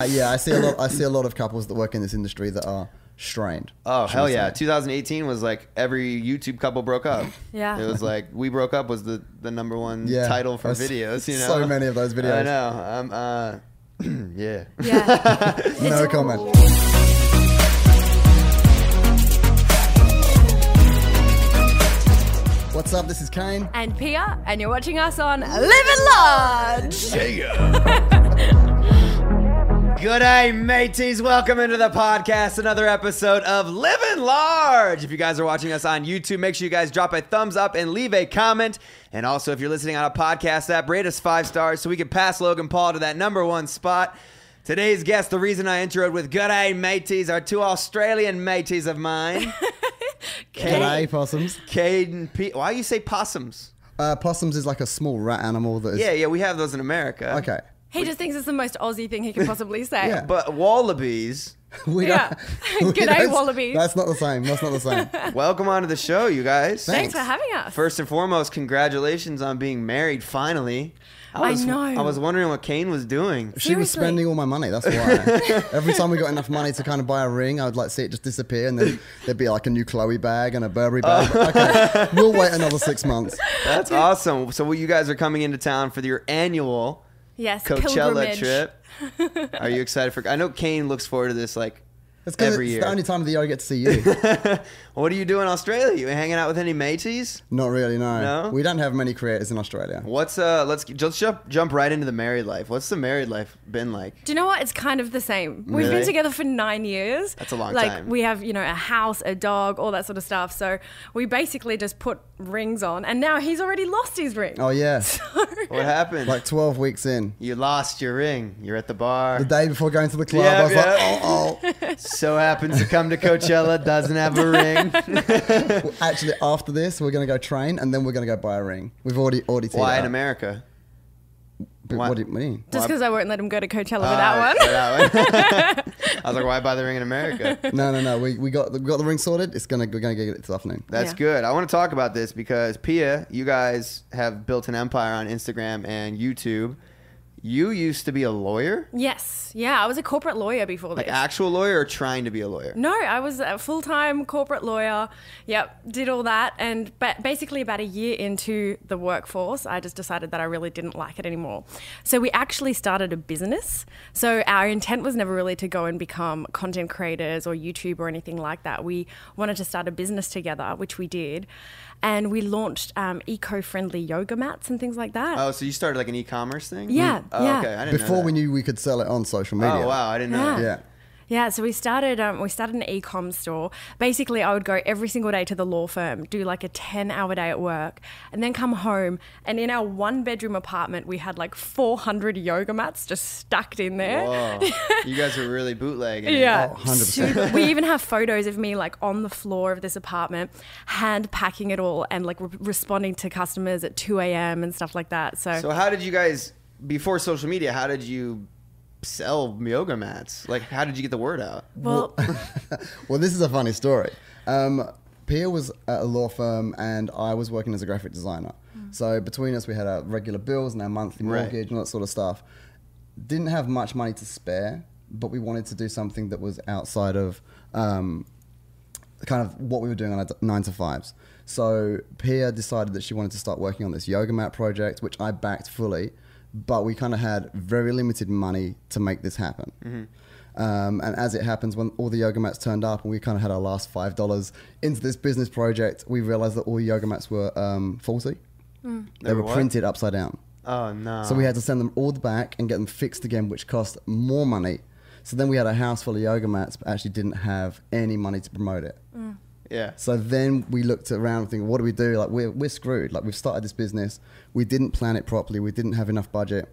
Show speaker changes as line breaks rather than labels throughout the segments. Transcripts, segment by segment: Uh, yeah, I see a lot. I see a lot of couples that work in this industry that are strained.
Oh
should
hell
we
yeah!
say.
2018 was like every YouTube couple broke up.
Yeah.
it was like we broke up was the the number one
Yeah.
title for
There's
videos. You know,
so many of those videos.
I know. i uh, yeah.
Yeah.
No
It's-
comment. What's up? This is Kane.
and Pia, and you're watching us on Live and Large.
Good day, mateys. Welcome into the podcast. Another episode of Living Large. If you guys are watching us on YouTube, make sure you guys drop a thumbs up and leave a comment. And also, if you're listening on a podcast app, rate us five stars so we can pass Logan Paul to that number one spot. Today's guest, the reason I introed with good day, mateys, are two Australian mateys of mine,
G'day, possums.
Cade and Pete. Why you say possums?
Uh, possums is like a small rat animal that is.
Yeah, yeah, we have those in America.
Okay.
He just thinks it's the most Aussie thing he could possibly say.
Yeah.
But wallabies,
We
Yeah.
we
G'day,
don't-
wallabies.
That's not the same. That's not the same.
welcome onto the show, you guys.
Thanks.
Thanks for having us.
First and foremost, congratulations on being married finally.
I
was,
know.
I was wondering what Kane was doing.
She was
Seriously.
spending all my money. That's why. Every time we got enough money to kind of buy a ring, I would like see it just disappear, and then there'd be like a new Chloe bag and a Burberry bag.
Oh.
okay, we'll wait another six months.
That's awesome. So, well, you guys are coming into town for your annual
yes,
Coachella
pilgrimage.
trip. Are you excited for? I know Kane looks forward to this like
It's 'cause
every
it's
year.
the only time of the year I get to see you.
what do you do in Australia? You hanging out with any mateys?
Not really. No.
No?
We don't have many creators in Australia.
What's uh? Let's just jump jump right into the married life. What's the married life been like?
Do you know what? It's kind of the same. We've
Really?
been together for nine years.
That's a long
like,
time.
we have, you know, a house, a dog, all that sort of stuff. So we basically just put rings on, and now he's already lost his ring.
Oh yeah,
What happened?
like twelve weeks in,
you lost your ring. You're at the bar.
the day before going to the club,
Yeah,
I was
yeah.
like, oh oh.
so happens to come to Coachella. Doesn't have a ring.
Actually, after this, we're gonna go train, and then we're gonna go buy a ring. We've already already. teed
Why
it
in
up.
America?
But
why-
What do you mean?
Just because I won't let him go to Coachella for
Oh,
that
for
one.
that one. I was like, why buy the ring in America?
No, no, no. We, we got we got the ring sorted. It's gonna we're gonna get it this afternoon.
That's
Yeah.
good. I want to talk about this because Pia, you guys have built an empire on Instagram and YouTube. You used to be a lawyer,
yes. Yeah, I was a corporate lawyer before this.
like actual lawyer, or trying to be a lawyer.
No, I was a full time corporate lawyer. Yep, did all that. And ba- basically, about a year into the workforce, I just decided that I really didn't like it anymore. So, we actually started a business. So, our intent was never really to go and become content creators or YouTube or anything like that. We wanted to start a business together, which we did. And we launched um, eco friendly yoga mats and things like that.
Oh, so you started like an e-commerce thing?
Yeah,
Oh,
yeah.
Okay. I didn't know
Before
that.
we knew we could sell it on social media.
Oh wow, I didn't know.
Yeah.
That.
Yeah.
Yeah, so we started um, we started an e-com store. Basically, I would go every single day to the law firm, do like a 10-hour day at work, and then come home and in our one-bedroom apartment, we had like 400 yoga mats just stacked in there.
Whoa. you guys were really bootlegging. it.
Yeah,
Oh, 100%.
super- we even have photos of me like on the floor of this apartment, hand packing it all and like re- responding to customers at 2 a.m. and stuff like that. So,
So how did you guys before social media? How did you sell yoga mats? Like, how did you get the word out?
well,
Well, this is a funny story. Um, Pia was at a law firm and I was working as a graphic designer. So between us, we had our regular bills and our monthly
Right.
mortgage and all that sort of stuff. Didn't have much money to spare, but we wanted to do something that was outside of um, kind of what we were doing on our d- nine to fives. So Pia decided that she wanted to start working on this yoga mat project, which I backed fully, but we kind of had very limited money to make this happen.
Mm-hmm.
Um, and as it happens, when all the yoga mats turned up and we kind of had our last five dollars into this business project, we realized that all yoga mats were um, faulty. They
They
were
were what?
printed upside down.
Oh no.
So we had to send them all back and get them fixed again, which cost more money. So then we had a house full of yoga mats, but actually didn't have any money to promote it.
yeah.
So then we looked around and thinking, what do we do? Like, we're, we're screwed. Like, we've started this business, we didn't plan it properly, we didn't have enough budget.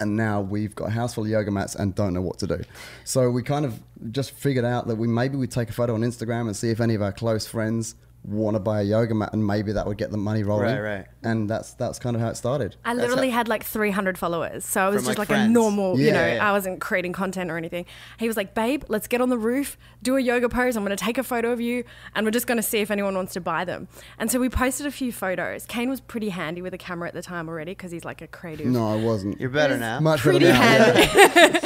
And now we've got a house full of yoga mats and don't know what to do. So we kind of just figured out that we maybe we take a photo on Instagram and see if any of our close friends want to buy a yoga mat, and maybe that would get the money rolling.
Right, right.
And that's that's kind of how it started.
I
That's
literally
how-
had like 300 followers. So I was
From,
just
like,
like, a
friends.
normal, you
Yeah,
know,
yeah.
I wasn't creating content or anything. He was like, babe, let's get on the roof, do a yoga pose. I'm going to take a photo of you and we're just going to see if anyone wants to buy them. And so we posted a few photos. Kane was pretty handy with a camera at the time already because he's like a creative.
No, I wasn't.
You're better now.
Much better
Pretty
now. yeah.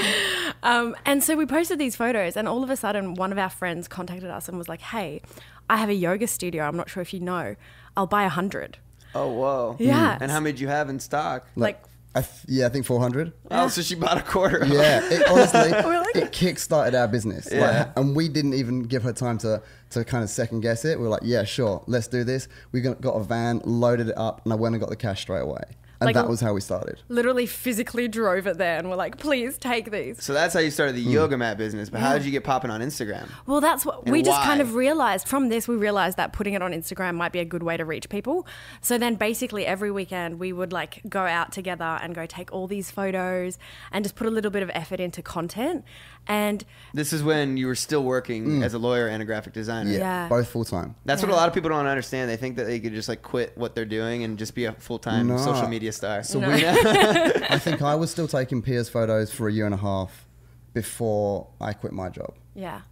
Um, and so we posted these photos, and all of a sudden, one of our friends contacted us and was like, hey, I have a yoga studio. I'm not sure if you know. I'll buy a hundred.
Oh, whoa.
Yeah.
And how many do you have in stock?
Like,
I th- yeah, I think 400.
Oh, so she bought a quarter. of
Yeah, it, honestly,
We're like-
it kick-started our business.
Yeah.
Like, and we didn't even give her time to, to kind of second guess it. We were like, yeah, sure, let's do this. We got got a van, loaded it up, and I went and got the cash straight away. And
Like-
that was how we started.
literally physically drove it there and were like, please take these.
So that's how you started the
Mm.
yoga mat business. But how did you get popping on Instagram?
Well, that's what
And
we just
why?
kind of realized from this. We realized that putting it on Instagram might be a good way to reach people. So then basically every weekend we would like go out together and go take all these photos and just put a little bit of effort into content. And
This is when you were still working as a lawyer and a graphic designer.
Mm. Yeah,
Yeah.
both full time.
That's what
Yeah.
a lot of people don't understand. They think that they could just like quit what they're doing and just be a full time
No.
social media star. So
No.
we,
I think I was still taking Pia's photos for a year and a half before I quit my job.
yeah.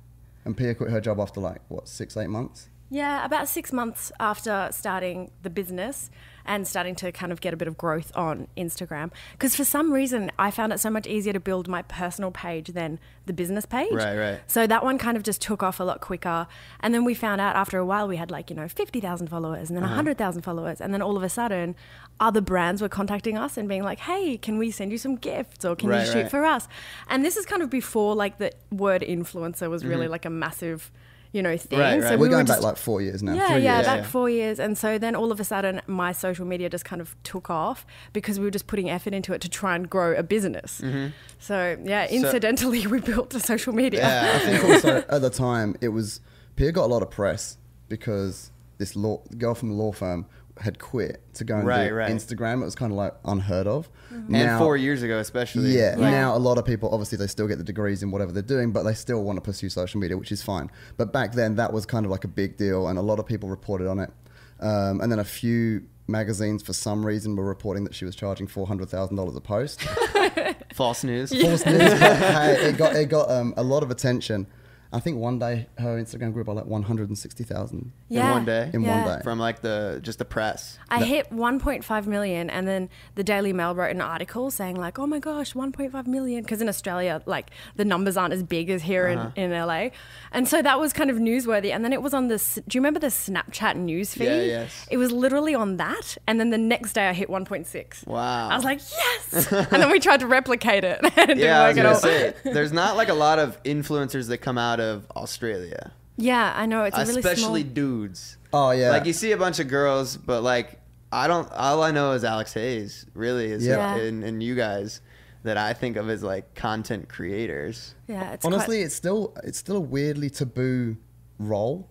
And Pia quit her job after like what six, eight months.
Yeah, about six months after starting the business and starting to kind of get a bit of growth on Instagram. Because for some reason, I found it so much easier to build my personal page than the business page.
Right, right.
So that one kind of just took off a lot quicker. And then we found out after a while we had like, you know, 50,000 followers
Uh-huh.
and then a 100,000 followers. And then all of a sudden, other brands were contacting us and being like, hey, can we send you some gifts or can
Right,
you shoot
right.
for us? And this is kind of before like the word influencer was really like a massive. You know, thing.
Mm-hmm. Right,
So
right.
We're
we were
going
just
back like four years now.
yeah,
three
yeah,
years.
back
Yeah, yeah.
four years. And so then all of a sudden, my social media just kind of took off because we were just putting effort into it to try and grow a business.
Mm-hmm.
So, yeah, incidentally, we built a social media.
I think also at the time it was Pierre got a lot of press because this law girl from the law firm had quit to go and
Right,
do
right.
Instagram. It was kind of like unheard of.
and four years ago, especially.
Yeah,
Like-
now a lot of people obviously they still get the degrees in whatever they're doing, but they still want to pursue social media, which is fine. But back then that was kind of like a big deal, and a lot of people reported on it. Um, and then a few magazines, for some reason, were reporting that she was charging four hundred thousand dollars a post.
False news.
False news, but hey, it got it got um, a lot of attention. I think one day her Instagram grew by like one hundred and sixty thousand.
Yeah.
one day?
In one day.
From like the just the press.
I hit 1.5 million, and then the Daily Mail wrote an article saying, like, oh my gosh, 1.5 million. Because in Australia, like, the numbers aren't as big as here
Uh-huh.
in, in LA. And so that was kind of newsworthy. And then it was on this do you remember the Snapchat news feed?
Yeah, yes.
It was literally on that. And then the next day, I hit 1.6.
Wow.
I was like, yes. and then we tried to replicate it. and it didn't
yeah, I was
work at
gonna
all.
say there's not like a lot of influencers that come out of Australia,
Yeah, I know. It's a really
especially
small.
dudes.
Oh yeah,
Like you see a bunch of girls, but like I don't. All I know is Alex Hayes, really, is
Yeah.
yeah. and, and you guys that I think of as like content creators.
Yeah, it's
honestly,
quite-
it's still it's still a weirdly taboo role.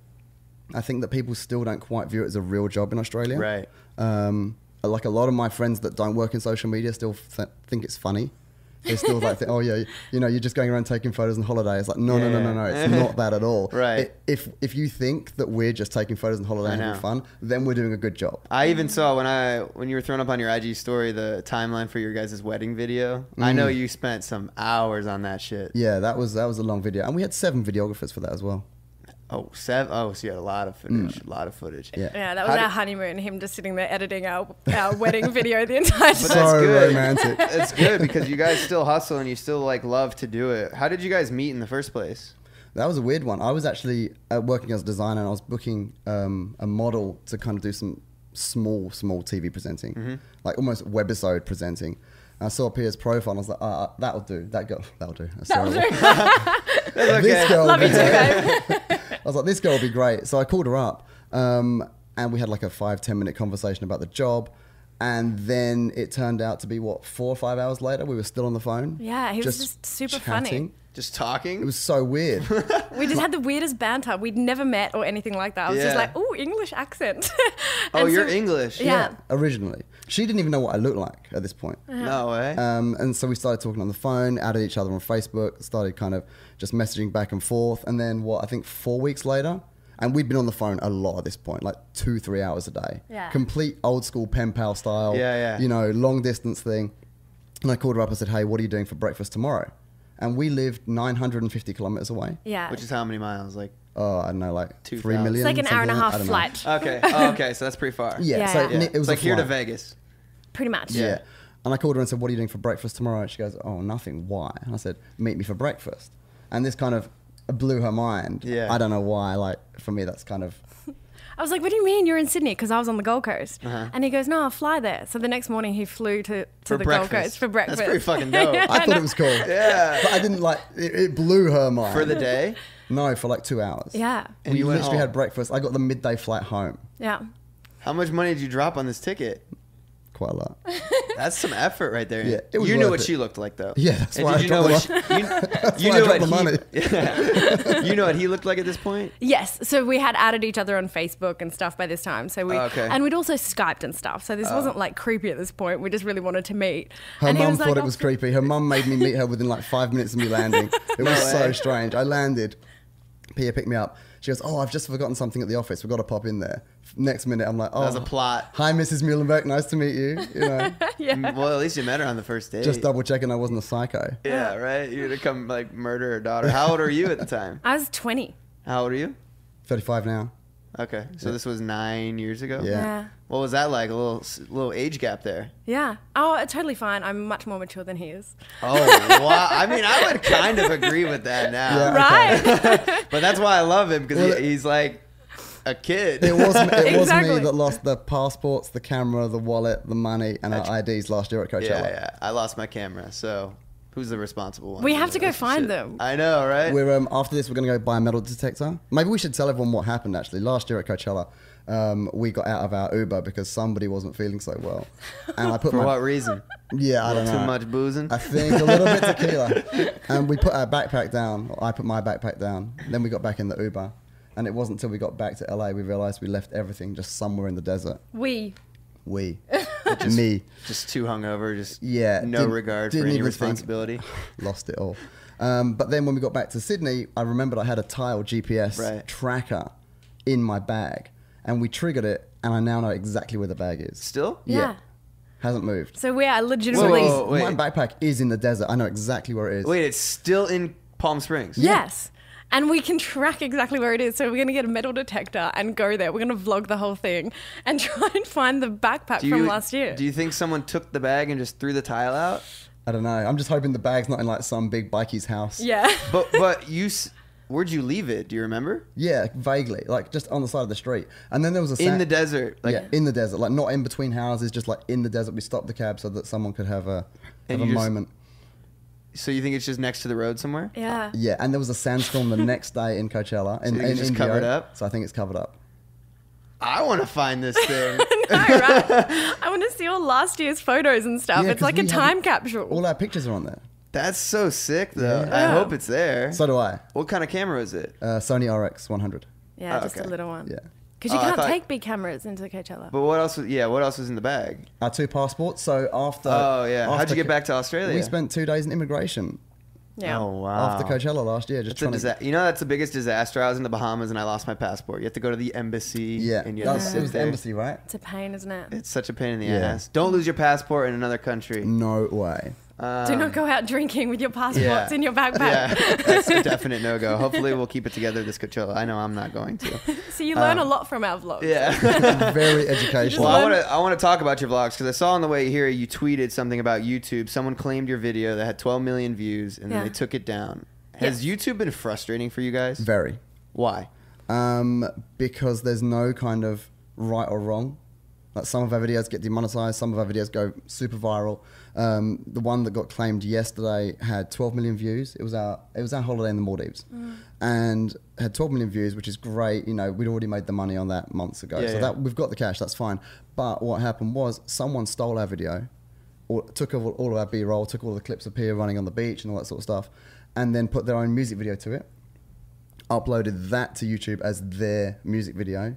I think that people still don't quite view it as a real job in Australia.
Right.
Um, like a lot of my friends that don't work in social media still th- think it's funny. They still like, think, oh yeah, you know, you're just going around taking photos on holiday. It's like, no, no, no, no, no, it's not that at all.
Right.
It- if if you think that we're just taking photos on holiday and having
know.
fun, then we're doing a good job.
I even saw when I when you were throwing up on your IG story the timeline for your guys' wedding video. I know you spent some hours on that shit.
Mm. Yeah, that was that was a long video, and we had seven videographers for that as well.
Oh, seven oh, so you had a lot of footage. A lot of footage.
Mm. Yeah.
yeah, that was
How
our
did-
honeymoon, him just sitting there editing our, our wedding video the entire time.
But that's
So
good.
romantic.
it's good because you guys still hustle and you still like love to do it. How did you guys meet in the first place?
That was a weird one. I was actually uh, working as a designer and I was booking um, a model to kind of do some small, small TV presenting, like almost webisode presenting. And I saw Pia's profile and I was like, uh, that'll do. That girl, that'll do. That's
That was
terrible.
very-
This girl
Love
will
you
be
too,
great.
babe.
I was like, this girl will be great. So I called her up um, and we had like a five, 10 minute conversation about the job. And then it turned out to be what, four or five hours later, we were still on the phone.
Yeah, he was just super funny.
Just talking.
It was so weird.
We just had the weirdest banter. We'd never met or anything like that. I was just
Yeah.
like, oh, English accent.
oh,
And
you're
so-
English.
Yeah.
Originally. She didn't even know what I looked like at this point.
Uh-huh.
No way.
Um, and so we started talking on the phone, added each other on Facebook, started kind of just messaging back and forth. And then, what, I think four weeks later, And we'd been on the phone a lot at this point, like two, three hours a day.
Yeah.
Complete old school pen pal style.
Yeah, yeah.
You know, long distance thing. And I called her up and said, hey, what are you doing for breakfast tomorrow? And we lived 950 kilometers away.
Yeah.
Which is how many miles? Like
Oh, I don't know, like
Two
three
thousand.
million.
it's like an hour and a
something
half
that. I don't know.
flight,
okay, oh, okay, so that's pretty far.
Yeah,
Yeah,
so
yeah.
it-
Yeah.
It, was
it's like
a
here to
flight.
Vegas.
pretty much.
Yeah. And I called her and said, What are you doing for breakfast tomorrow? And she goes, Oh, nothing. Why? And I said, Meet me for breakfast. And this kind of blew her mind.
Yeah.
I don't know why. Like, for me, that's kind of.
I was like, "What do you mean you're in Sydney?" Because I was on the Gold Coast, and he goes, "No, I'll fly there." So the next morning, he flew to, to
Uh-huh. For
the Gold
breakfast.
Coast for
That's
breakfast.
pretty fucking dope.
Yeah,
I thought
know.
it was cool.
Yeah.
But I didn't like it, it blew her mind.
For the day?
No, for like two hours.
Yeah,
We
And you went
literally
home.
had breakfast. I got the midday flight home.
yeah.
How much money did you drop on this ticket?
Quite a lot.
That's some effort right there.
Yeah, it was
you knew
worth
what
it.
she looked like, though.
Yeah, that's
and
why
did
I
you know what
dropped
she,
the
you, you
why I
knew what
dropped the money.
he, Yeah. you know what he looked like at this point.
Yes, so we had added each other on Facebook and stuff by this time. So we
Oh, okay. Oh.
and we'd also skyped and stuff. So this wasn't like creepy at this point. We just really wanted to meet.
Her
and he
mum
was
thought
like,
it
"Oh,
was creepy. Her mum made me meet her within like five minutes of me landing. It was so
way.
strange. I landed. Pia picked me up. She goes, "Oh, I've just forgotten something at the office. We've got to pop in there." Next minute, I'm like, "Oh,
There's a plot.
Hi, Mrs. Muhlenberg. Nice to meet you. You know,
Mm, Well, at least you met her on the first date.
just double checking I wasn't a psycho.
Yeah, right. You're gonna come like murder her daughter. How old are you at the time?
I was twenty.
How old are you?
Thirty-five now.
Okay, so this was nine years ago.
Yeah.
Yeah.
What was that like? A little s- little age gap there.
Yeah. Oh, totally fine. I'm much more mature than he is.
Oh wow! I mean, I would kind of agree with that now,
Yeah.
Right.
but that's why I love him because
Well,
he, he's like a kid.
It was it was me
Exactly.
that lost the passports, the camera, the wallet, the money, and our IDs last year at Coachella.
Yeah, yeah. I lost my camera, so who's the responsible one?
We
in
have
the
to go find
relationship?
them.
I know, right?
We're um, after this. We're going to go buy a metal detector. Maybe we should tell everyone what happened. Actually, last year at Coachella, um, we got out of our Uber because somebody wasn't feeling so well, and I put
For
my
what reason?
yeah, I don't know.
Too much boozing.
I think a little bit tequila, and we put our backpack down. Or I put my backpack down. Then we got back in the Uber, and it wasn't until we got back to LA we realized we left everything just somewhere in the desert.
we.
We, me,
just too hungover. Just
Yeah,
no
didn't-
regard
didn't
for any
even think-
responsibility.
lost it all. Um, but then when we got back to Sydney, I remembered I had a Tile GPS
Right.
tracker in my bag, and we triggered it, and I now know exactly where the bag is.
Still.
Yeah.
hasn't moved.
So we are
Whoa,
legitimately.
whoa, wait.
My backpack is in the desert. I know exactly where it is.
Wait, it's still in Palm Springs.
Yes. And we can track exactly where it is. So we're going to get a metal detector and go there. We're going to vlog the whole thing and try and find the backpack
Do you,
from last year.
Do you think someone took the bag and just threw the tile out?
I don't know. I'm just hoping the bag's not in like some big bikie's house.
yeah.
But but you, s- where'd you leave it? Do you remember?
Yeah, vaguely, like just on the side of the street. And then there was a
In
sa-
the desert, like,
yeah, in the desert, like not in between houses, just like in the desert. We stopped the cab so that someone could have a
And
have a
you just-
moment.
so you think it's just next to the road somewhere?
yeah.
Yeah, and there was a sandstorm the next day in Coachella, and
you think it's just covered up?
So I think it's covered up.
I want to find this thing.
No, right? I want to see all last year's photos and stuff.
Yeah,
it's
'cause
like a
we
time
haven't-
capsule.
All our pictures are on there.
That's so sick, though. I
Yeah.
hope it's there.
So do I.
what kind of camera is it?
Uh, Sony RX 100.
yeah,
Oh,
just
okay.
a little one.
Yeah.
Because you
Oh, I
can't
thought-
take big cameras into Coachella.
But what else? Was, yeah, what else was in the bag?
Our two passports. So after.
Oh yeah. How'd
after
you get
Co-
back to Australia?
We spent two days in immigration
yeah.
Oh wow.
after Coachella last year, just
It's a
trying to.
disa- you know that's the biggest disaster. I was in the Bahamas and I lost my passport. You have to go to the embassy.
Yeah,
and you
that
have to
was,
sit
it was the
there.
embassy, right?
It's a pain, isn't it?
It's such a pain in the
Yeah. Mm.
ass. Don't lose your passport in another country. Uh,
No way.
Do not go out drinking with your passports
Um, yeah.
in your backpack.
Yeah, that's a definite no go. Hopefully, we'll keep it together this Coachella. I know I'm not going to.
So you learn a lot from our vlogs.
um, Yeah.
Very
well,
educational.
I want to I want to talk about your vlogs because I saw on the way here you tweeted something about YouTube. Someone claimed your video that had 12 million views and then
Yeah.
they took it down. Has YouTube been frustrating for you guys?
Very.
Why?
Um, because there's no kind of right or wrong. Like some of our videos get demonetized, some of our videos go super viral. Um, the one that got claimed yesterday had 12 million views. It was our it was our holiday in the Maldives, and had 12 million views, which is great. You know, we'd already made the money on that months ago,
Yeah,
so
yeah.
that we've got the cash. That's fine. But what happened was someone stole our video, or took all, all of our B-roll, took all the clips of Pia running on the beach and all that sort of stuff, and then put their own music video to it uploaded that to YouTube as their music video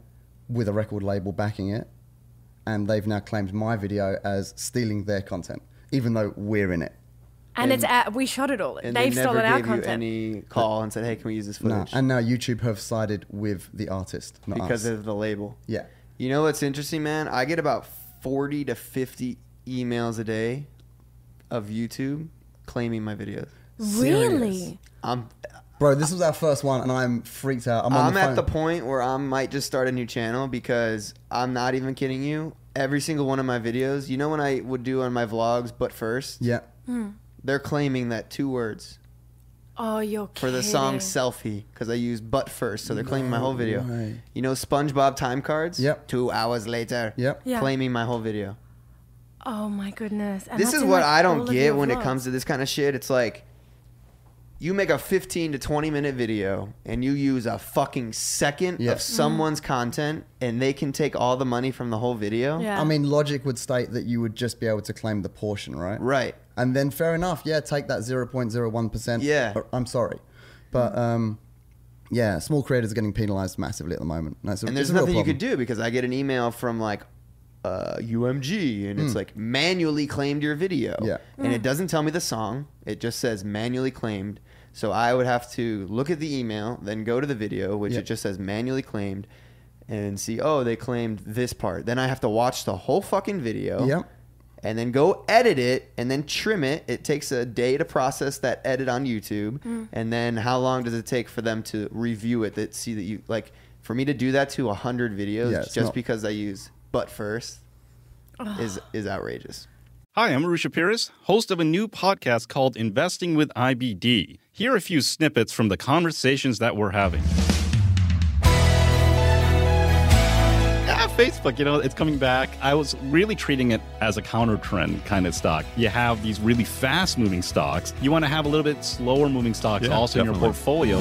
with a record label backing it. And they've now claimed my video as stealing their content, even though we're in it.
And, it's at, we shot it all.
And
They've
they never
stolen our
gave
content.
you any call and said, "Hey, can we use this
No,
footage?"
and now YouTube have sided with the artist, not
because
us.
of the label.
yeah,
You know what's interesting, man? I get about 40 to 50 emails a day of YouTube claiming my videos.
Serious.
really?
I'm
bro, this was our first one, and I'm freaked out. I'm on
I'm
the
at
phone.
the point where I might just start a new channel because I'm not even kidding you. Every single one of my videos, you know when I would do on my vlogs, but first,
yeah,
they're claiming that two words
Oh, you're
for the song selfie because I use but first, so they're claiming my whole video.
way.
You know SpongeBob time cards?
Yep.
Two hours later.
Yep.
Yeah.
Claiming my whole video.
Oh my goodness! And
this
that's
is
in,
what
like,
I
all
don't
of
get
your
when it
vlogs.
comes to this kind of shit. It's like you make a 15 to 20 minute video and you use a fucking second
Yeah.
of Mm-hmm. someone's content and they can take all the money from the whole video.
Yeah.
I mean, logic would state that you would just be able to claim the portion, right?
Right.
And then fair enough, yeah, take that 0.01%.
Yeah.
Or- Uh, I'm sorry. But um, yeah, small creators are getting penalized massively at the moment. And, that's a,
And
it's
there's
a real
nothing you
problem.
could do because I get an email from like uh, UMG and it's like manually claimed your video.
Hmm. Yeah.
And it doesn't tell me the song, it just says manually claimed. So I would have to look at the email, then go to the video, which
Yeah.
it just says manually claimed, and see, oh, they claimed this part. Then I have to watch the whole fucking video.
Yep.
And then go edit it and then trim it. It takes a day to process that edit on YouTube. And then how long does it take for them to review it that see that you like for me to do that to 100 videos
Yeah, it's
just
not-
because I use but first is is outrageous.
Hi, I'm Arusha Pires, host of a new podcast called Investing with IBD. Here are a few snippets from the conversations that we're having. Ah, Facebook, you know, it's coming back. I was really treating it as a counter trend kind of stock. You have these really fast moving stocks. You want to have a little bit slower moving stocks
Yeah,
also in
definitely.
your portfolio.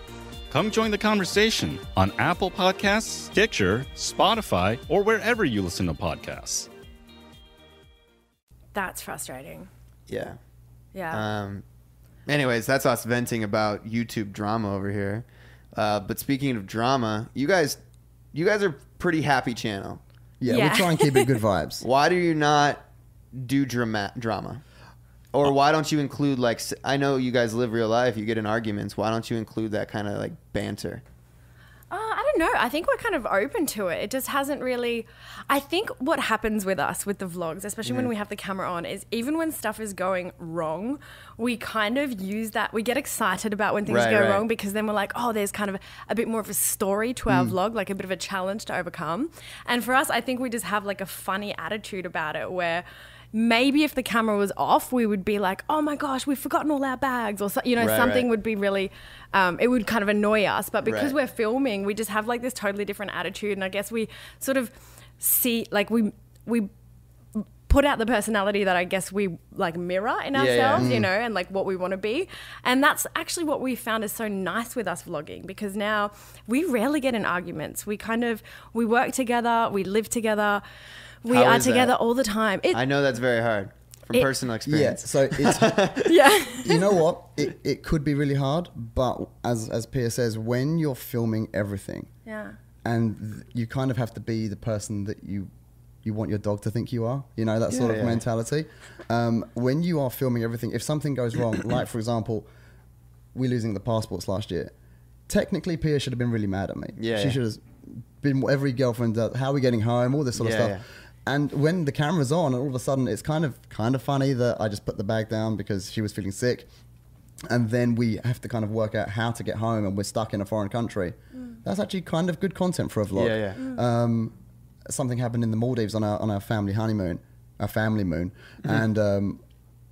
Come join the conversation on Apple Podcasts, Stitcher, Spotify, or wherever you listen to podcasts.
That's frustrating.
Yeah.
Yeah.
Um, anyways, that's us venting about YouTube drama over here. Uh, but speaking of drama, you guys, you guys are pretty happy channel.
Yeah,
Yeah.
we try and keep it good vibes.
Why do you not do drama drama? Or why don't you include like s- I know you guys live real life, you get in arguments. Why don't you include that kind of like banter?
Uh, I don't know. I think we're kind of open to it. It just hasn't really. I think what happens with us with the vlogs, especially when we have the camera on, is even when stuff is going wrong, we kind of use that. We get excited about when things
Right,
go
right.
wrong because then we're like, oh, there's kind of a bit more of a story to
Hmm.
our vlog, like a bit of a challenge to overcome. And for us, I think we just have like a funny attitude about it where. Maybe if the camera was off, we would be like, "Oh my gosh, we've forgotten all our bags," or so, you know,
Right,
something
right.
would be really. Um, it would kind of annoy us, but
Right.
because we're filming, we just have like this totally different attitude. And I guess we sort of see like we we put out the personality that I guess we like mirror in
Yeah, Mm. yeah.
ourselves, you know, and like what we want to be. And that's actually what we found is so nice with us vlogging because now we rarely get in arguments. We kind of we work together, we live together, we
How
are
is that?
together all the time. It,
I know that's very hard from
It-
personal
yeah,
experience.
so it's,
yeah.
you know what? It, it could be really hard, but as, as Pierre says, when you're filming everything,
yeah.
and th- you kind of have to be the person that you you want your dog to think you are you know that sort of
Yeah, yeah.
mentality um, when you are filming everything if something goes wrong like for example we losing the passports last year technically pia should have been really mad at me
Yeah,
she
yeah.
should have been what every girlfriend does how are we getting home all this sort
Yeah,
of stuff and when the camera's on and all of a sudden it's kind of kind of funny that i just put the bag down because she was feeling sick and then we have to kind of work out how to get home and we're stuck in a foreign country that's actually kind of good content for a vlog
Mm. Yeah, yeah.
um, something happened in the Maldives on our on our family honeymoon, our family moon,
Mm-hmm.
and um,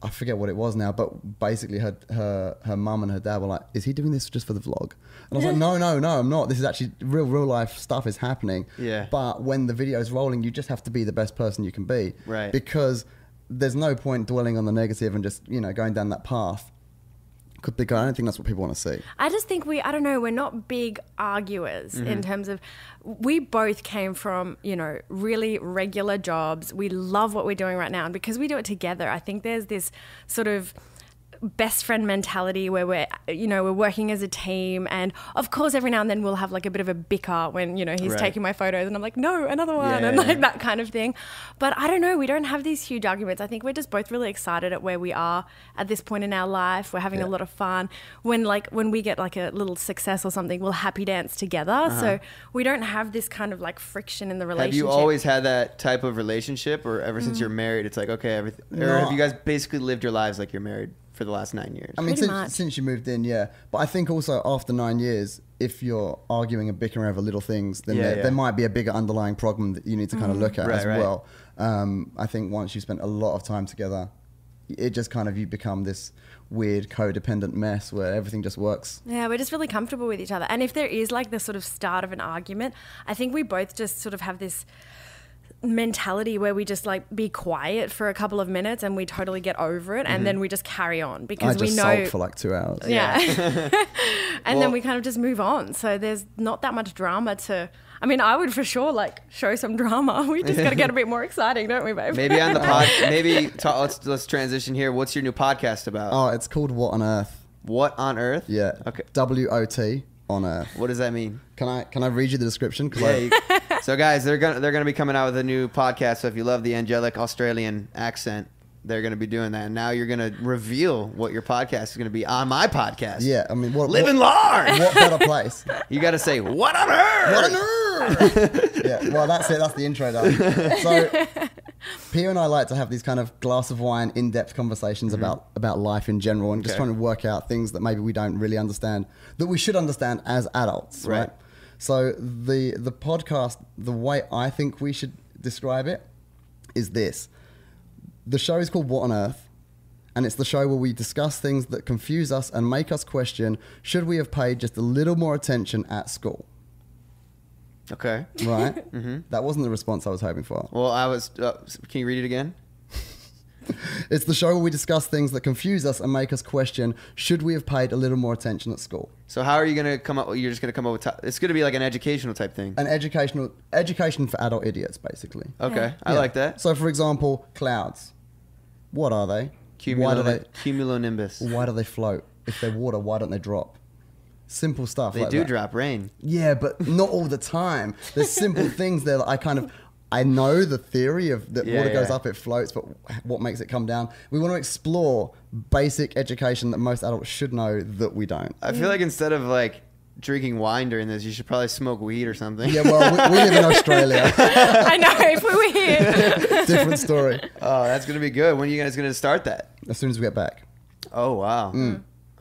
I forget what it was now. But basically, her her her mum and her dad were like, "Is he doing this just for the vlog?" And I was like, "No, no, no, I'm not. This is actually real, real life stuff is happening."
Yeah.
But when the video is rolling, you just have to be the best person you can be,
Right.
Because there's no point dwelling on the negative and just you know going down that path. Could be. I don't think that's what people want to see.
I just think we, I don't know, we're not big arguers
Mm-hmm.
in terms of, we both came from, you know, really regular jobs. We love what we're doing right now. And because we do it together, I think there's this sort of, best friend mentality where we're you know we're working as a team and of course every now and then we'll have like a bit of a bicker when you know he's
Right.
taking my photos and I'm like no another one
Yeah,
and
yeah,
like
yeah.
that kind of thing but I don't know we don't have these huge arguments I think we're just both really excited at where we are at this point in our life we're having a lot of fun when like when we get like a little success or something we'll happy dance together so we don't have this kind of like friction in the
Have
relationship
you always had that type of relationship, or ever since you're married, it's like okay, everything? Or have
No.
you guys basically lived your lives like you're married for the last nine years?
I mean,
Pretty much.
since, since you moved in, yeah. But I think also after nine years, if you're arguing and bickering over little things, then
Yeah,
there,
yeah.
there might be a bigger underlying problem that you need to kind of
Mm.
look at
Right,
as
right.
well. Um, I think once you spend a lot of time together, it just kind of you become this weird codependent mess where everything just works.
Yeah, we're just really comfortable with each other. And if there is like the sort of start of an argument, I think we both just sort of have this mentality where we just like be quiet for a couple of minutes and we totally get over it and then we just carry on
I
because
just
we know
sulk for like two hours.
yeah. and
Well-
then we kind of just move on. So there's not that much drama to I mean, I would for sure like show some drama. We just got to get a bit more exciting, don't we, babe?
Maybe on the pod. Maybe ta let's let's transition here. What's your new podcast about?
Oh, it's called What on Earth.
what on earth?
Yeah.
Okay.
W O T on Earth.
What does that mean?
Can I can I read you the description? 'Cause I-
Yeah, you- so guys, they're gonna they're gonna be coming out with a new podcast. So if you love the angelic Australian accent, they're gonna be doing that. And now you're gonna reveal what your podcast is gonna be on my podcast.
yeah. I mean, what
living
what,
large.
what better place?
you gotta say what on earth.
What a nerd! yeah, well, that's it. That's the intro, darling. So, Pia and I like to have these kind of glass of wine, in-depth conversations about about life in general, and just
Okay.
trying to work out things that maybe we don't really understand that we should understand as adults, right?
Right.
So the the podcast, the way I think we should describe it, is this: the show is called What on Earth. And it's the show where we discuss things that confuse us and make us question should we have paid just a little more attention at school?
Okay.
Right.
Mm-hmm.
That wasn't the response I was hoping for.
Well, I was. Uh, can you read it again?
It's the show where we discuss things that confuse us and make us question should we have paid a little more attention at school?
So how are you gonna come up? You're just gonna come up with. T- it's gonna be like an educational type thing.
An educational education for adult idiots, basically.
Okay,
Yeah.
Oh, I
Yeah.
like that.
So, for example, clouds. What are they? Why do
Cumulonimbus.
they?
Cumulonimbus.
Why do they float? If they're water, why don't they drop? Simple stuff.
They
like
do
that.
drop rain.
Yeah, but not all the time. There's simple things there that I kind of I know the theory of that
Yeah,
water goes
yeah.
up, it floats, but what makes it come down? We want to explore basic education that most adults should know that we don't.
I feel like instead of like drinking wine during this, you should probably smoke weed or something.
Yeah, well, we, we live in Australia.
I know if we were here.
Different story.
oh, that's gonna be good. When are you guys gonna start that?
As soon as we get back.
Oh wow.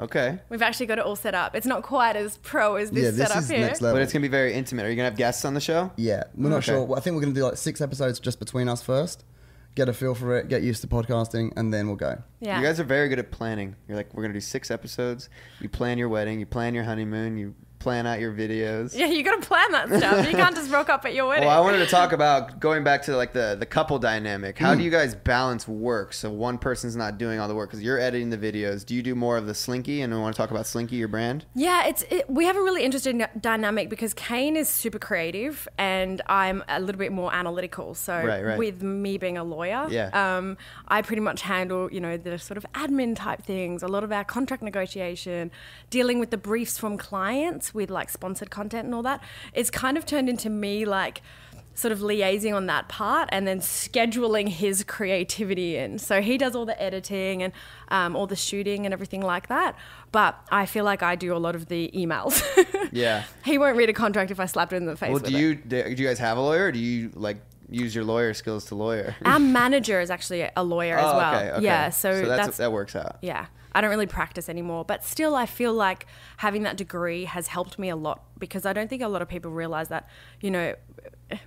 Okay,
We've actually got it all set up. It's not quite as pro as this
yeah, this
setup
is
here.
next level.
but it's gonna be very intimate. Are you gonna have guests on the show?
yeah, we're not
Okay.
sure. I think we're going to do like six episodes just between us first, get a feel for it, get used to podcasting, and then we'll go.
Yeah.
You guys are very good at planning. You're like, we're gonna do six episodes. You plan your wedding. You plan your honeymoon. You plan out your videos.
Yeah, you got to plan that stuff. You can't just rock up at your wedding.
Well, I wanted to talk about going back to like the the couple dynamic. How do you guys balance work so one person's not doing all the work because you're editing the videos? Do you do more of the Slinky? And we want to talk about Slinky, your brand.
Yeah, it's it, we have a really interesting dynamic because Kane is super creative and I'm a little bit more analytical. So
Right, right.
with me being a lawyer,
Yeah.
um, I pretty much handle you know the sort of admin type things, a lot of our contract negotiation, dealing with the briefs from clients with like sponsored content and all that. It's kind of turned into me like sort of liaising on that part and then scheduling his creativity in. So he does all the editing and um, all the shooting and everything like that. But I feel like I do a lot of the emails.
Yeah.
He won't read a contract if I slapped him in the face.
Well,
with
do
it.
you do you guys have a lawyer? Or do you like use your lawyer skills to lawyer?
Our manager is actually a lawyer as
Oh,
well.
okay, okay.
Yeah, so,
that's,
that's,
that works out.
yeah. I don't really practice anymore, but still, I feel like having that degree has helped me a lot because I don't think a lot of people realize that, you know,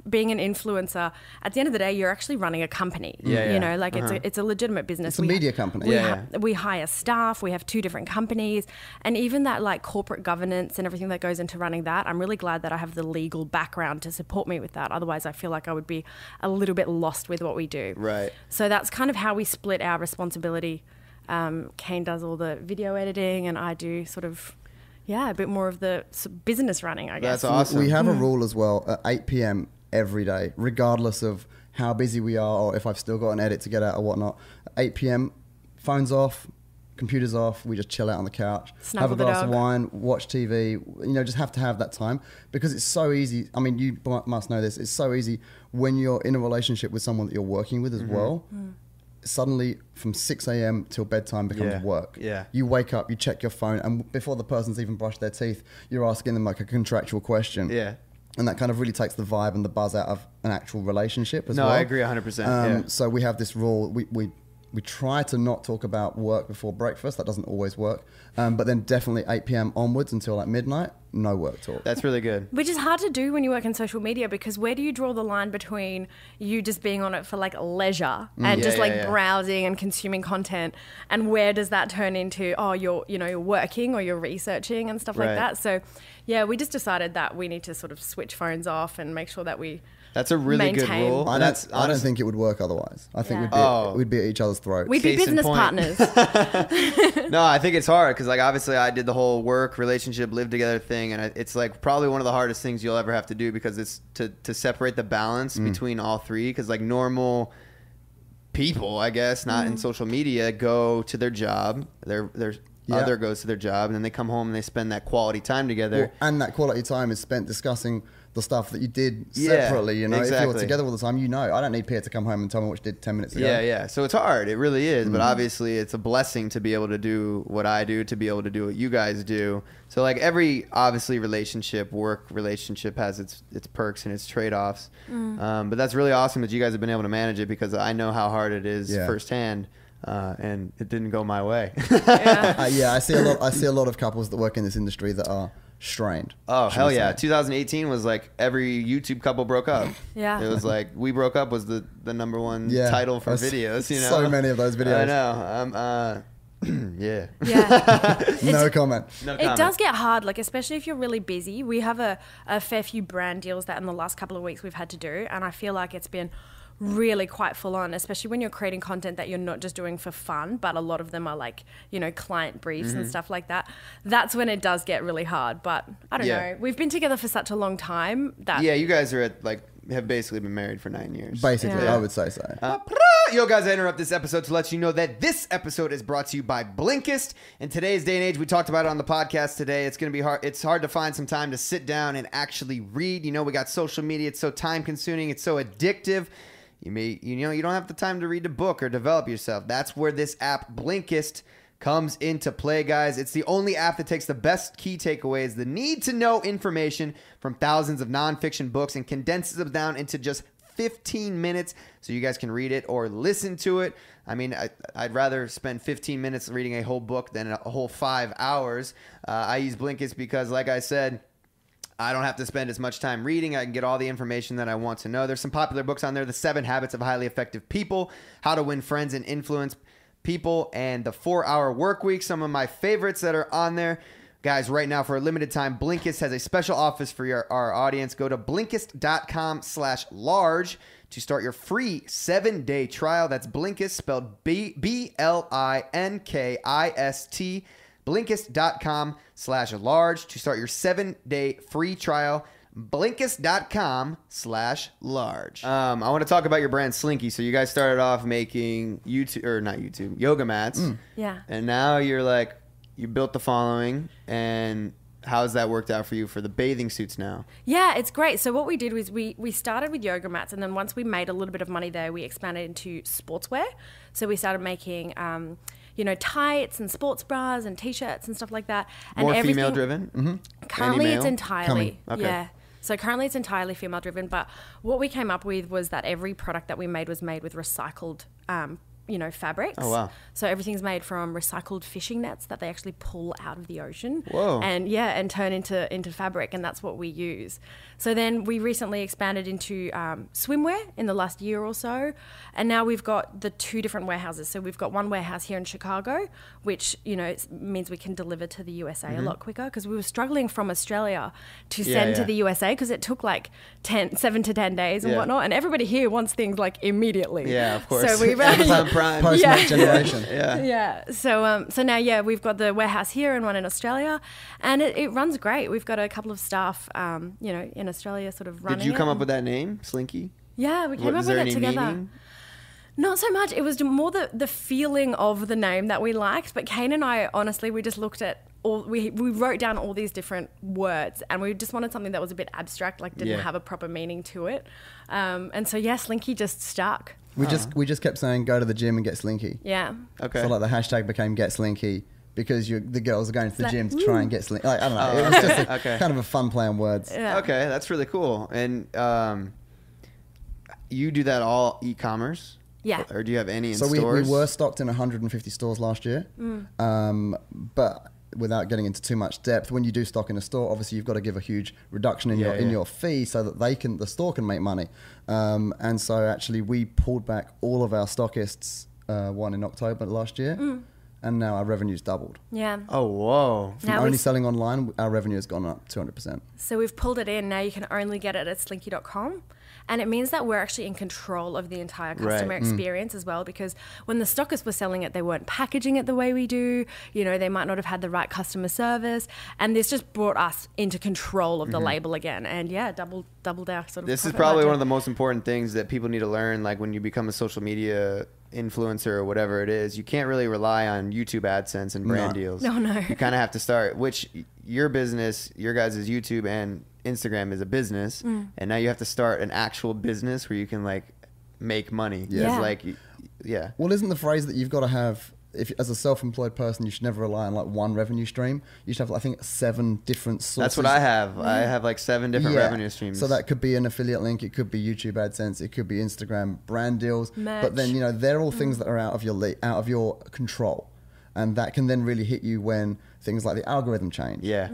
being an influencer, at the end of the day, you're actually running a company.
Yeah,
you
yeah.
know, like it's, a, it's a legitimate business.
Uh-huh. It's a media company.
We,
Yeah,
ha- we hire staff, we have two different companies, and even that like corporate governance and everything that goes into running that, I'm really glad that I have the legal background to support me with that. Otherwise, I feel like I would be a little bit lost with what we do.
Right.
So that's kind of how we split our responsibility. Um, Kane does all the video editing, and I do sort of, yeah, a bit more of the s- business running, I guess.
That's awesome.
We have a rule as well at 8 p.m. every day, regardless of how busy we are or if I've still got an edit to get out or whatnot. At 8 p.m., phones off, computers off, we just chill out on the couch,
Snuggle
have a
the
glass of
dog.
wine, watch TV. You know, just have to have that time because it's so easy. I mean, you m- must know this. It's so easy when you're in a relationship with someone that you're working with as
Mm-hmm.
well.
Mm.
Suddenly, from 6 a.m. till bedtime becomes
Yeah.
work.
Yeah.
You wake up, you check your phone, and before the person's even brushed their teeth, you're asking them like a contractual question.
Yeah.
And that kind of really takes the vibe and the buzz out of an actual relationship as
No,
well. Um,
I agree 100%, yeah.
So we have this rule. We, we, we try to not talk about work before breakfast. That doesn't always work. Um, but then definitely 8 p.m. onwards until like midnight, no work talk.
That's really good.
Which is hard to do when you work in social media because where do you draw the line between you just being on it for like leisure and
Mm, Yeah,
just
yeah,
like
yeah.
browsing and consuming content and where does that turn into oh you're you know you're working or you're researching and stuff
Right.
like that. So yeah, we just decided that we need to sort of switch phones off and make sure that we
That's a really good
Maintain.
rule.
I don't,
And that's
I don't
honestly-
think it would work otherwise. I think
Yeah.
we'd, be,
Oh.
we'd be at each other's throats.
we'd be
Case in
business
point.
partners.
No, I think it's hard because, like, obviously, I did the whole work, relationship, live together thing, and I- it's like probably one of the hardest things you'll ever have to do because it's to to separate the balance
Mm.
between all three. Because like normal people, I guess, not
Mm.
in social media, go to their job, their their
Yeah.
other goes to their job, and then they come home and they spend that quality time together.
Well, and that quality time is spent discussing the stuff that you did
Yeah,
separately. you know, if
exactly.
you're together all the time, you know. I don't need Pierre to come home and tell me what you did ten minutes ago.
yeah, yeah. So it's hard. It really is. But
Mm-hmm.
obviously, it's a blessing to be able to do what I do, to be able to do what you guys do. So like every obviously relationship, work relationship has its its perks and its trade offs. Um, but that's really awesome that you guys have been able to manage it because I know how hard it is
Yeah.
firsthand, uh, and it didn't go my way.
Uh, yeah, I see a lot. I see a lot of couples that work in this industry that are strained.
Oh
should
hell
we
yeah!
say.
2018 was like every YouTube couple broke up.
Yeah.
it was like we broke up was the the number one
Yeah.
title for
That's
videos. You know,
so many of those videos.
I know. Um, uh, yeah.
yeah.
No comment.
No
It
comment.
does get hard, like especially if you're really busy. We have a, a fair few brand deals that in the last couple of weeks we've had to do, and I feel like it's been really quite full on, especially when you're creating content that you're not just doing for fun, but a lot of them are like, you know, client briefs and
Mm-hmm.
stuff like that. That's when it does get really hard. But I don't
Yeah.
know. We've been together for such a long time that
Yeah, you guys are at like have basically been married for nine years.
Basically,
Yeah.
I would say so.
Uh, Yo, guys, I interrupt this episode to let you know that this episode is brought to you by Blinkist. In today's day and age, we talked about it on the podcast today. It's going to be hard. It's hard to find some time to sit down and actually read. You know, we got social media. It's so time consuming. It's so addictive. You may, you know, you don't have the time to read a book or develop yourself. That's where this app Blinkist comes into play, guys. It's the only app that takes the best key takeaways, the need to know information from thousands of nonfiction books, and condenses them down into just 15 minutes so you guys can read it or listen to it. I mean, I, I'd rather spend 15 minutes reading a whole book than a whole five hours. Uh, I use Blinkist because, like I said, I don't have to spend as much time reading. I can get all the information that I want to know. There's some popular books on there The Seven Habits of Highly Effective People, How to Win Friends and Influence People, and The Four Hour Work Week. Some of my favorites that are on there. Guys, right now for a limited time, Blinkist has a special office for your, our audience. Go to blinkist.com slash large to start your free seven day trial. That's Blinkist spelled B B L I N K I S T blinkist.com slash large to start your seven day free trial blinkist.com slash large um, i want to talk about your brand slinky so you guys started off making youtube or not youtube yoga mats
Yeah.
and now you're like you built the following and how's that worked out for you for the bathing suits now
Yeah, it's great. So what we did was we we started with yoga mats, and then once we made a little bit of money there, we expanded into sportswear. So we started making. Um, you know, tights and sports bras and t-shirts and stuff like that. And
more
everything-
female driven mm-hmm.
Currently,
Any
it's
male?
entirely
Okay.
yeah. So currently, it's entirely female driven. But what we came up with was that every product that we made was made with recycled um, you know, fabrics.
Oh, wow.
So everything's made from recycled fishing nets that they actually pull out of the ocean.
Whoa.
And yeah, and turn into into fabric, and that's what we use. So then we recently expanded into um, swimwear in the last year or so, and now we've got the two different warehouses. So we've got one warehouse here in Chicago, which you know it's, means we can deliver to the USA a lot quicker because we were struggling from Australia to
Mm-hmm. Yeah,
send to
yeah.
the USA because it took like 10, seven to ten days and
Yeah.
whatnot, and everybody here wants things like immediately.
Yeah, of course.
So we've
Amazon Prime.
Post
Yeah.
next generation.
Yeah.
yeah. So um, so now yeah, we've got the warehouse here and one in Australia, and it, it runs great. We've got a couple of staff, um, you know, in Australia, sort of running.
Did you come
it.
up with that name, Slinky?
Yeah, we came
What-
up
is
with
there
it
any
together.
meaning?
Not so much. It was more the, the feeling of the name that we liked. But Kane and I, honestly, we just looked at all, we, we wrote down all these different words and we just wanted something that was a bit abstract, like didn't
Yeah.
have a proper meaning to it. Um, and so, yeah, Slinky just stuck.
We just we just kept saying go to the gym and get slinky.
Yeah.
Okay.
So like the hashtag became get slinky because you the girls are going to the
Like,
gym to try and get slinky. Like, I don't know. It
Oh.
was just a, kind of a fun play on words.
Yeah.
Okay, that's really cool. And um, you do that all e-commerce?
Yeah.
Or do you have any in
So we, we
stores?
were stocked in 150 stores last year, um, but without getting into too much depth, when you do stock in a store, obviously you've got to give a huge reduction in your in
yeah.
your fee so that they can the store can make money. Um, and so actually we pulled back all of our stockists uh, one in October last year, and now our revenue's doubled.
Yeah.
Oh, whoa.
From
Now
only
we've-
selling online, our revenue has gone up 200. percent
So we've pulled it in. Now you can only get it at slinky.com. And it means that we're actually in control of the entire customer
Right. Mm.
experience as well. Because when the stockers were selling it, they weren't packaging it the way we do. You know, they might not have had the right customer service. And this just brought us into control of the label again. And yeah, double doubled our sort of.
Mm-hmm. This is
profit
probably
margin.
one of the most important things that people need to learn. Like when you become a social media influencer or whatever it is, you can't really rely on YouTube AdSense and brand
No.
deals.
No, no.
You kind of have to start, which your business, your guys' YouTube and Instagram is a business.
Mm.
And now you have to start an actual business where you can like make money. 'Cause,
Yeah.
Like, y- yeah.
Well, isn't the phrase that you've got to have, if as a self-employed person, you should never rely on like one revenue stream. You should have, I think, seven different sources.
That's what I have. I have like seven different
Mm. Yeah.
revenue streams.
So that could be an affiliate link, it could be YouTube AdSense, it could be Instagram brand deals.
Merch.
But then you know they're all things that are out of your le- out of your control, and that can then really hit you when things like the algorithm change.
yeah.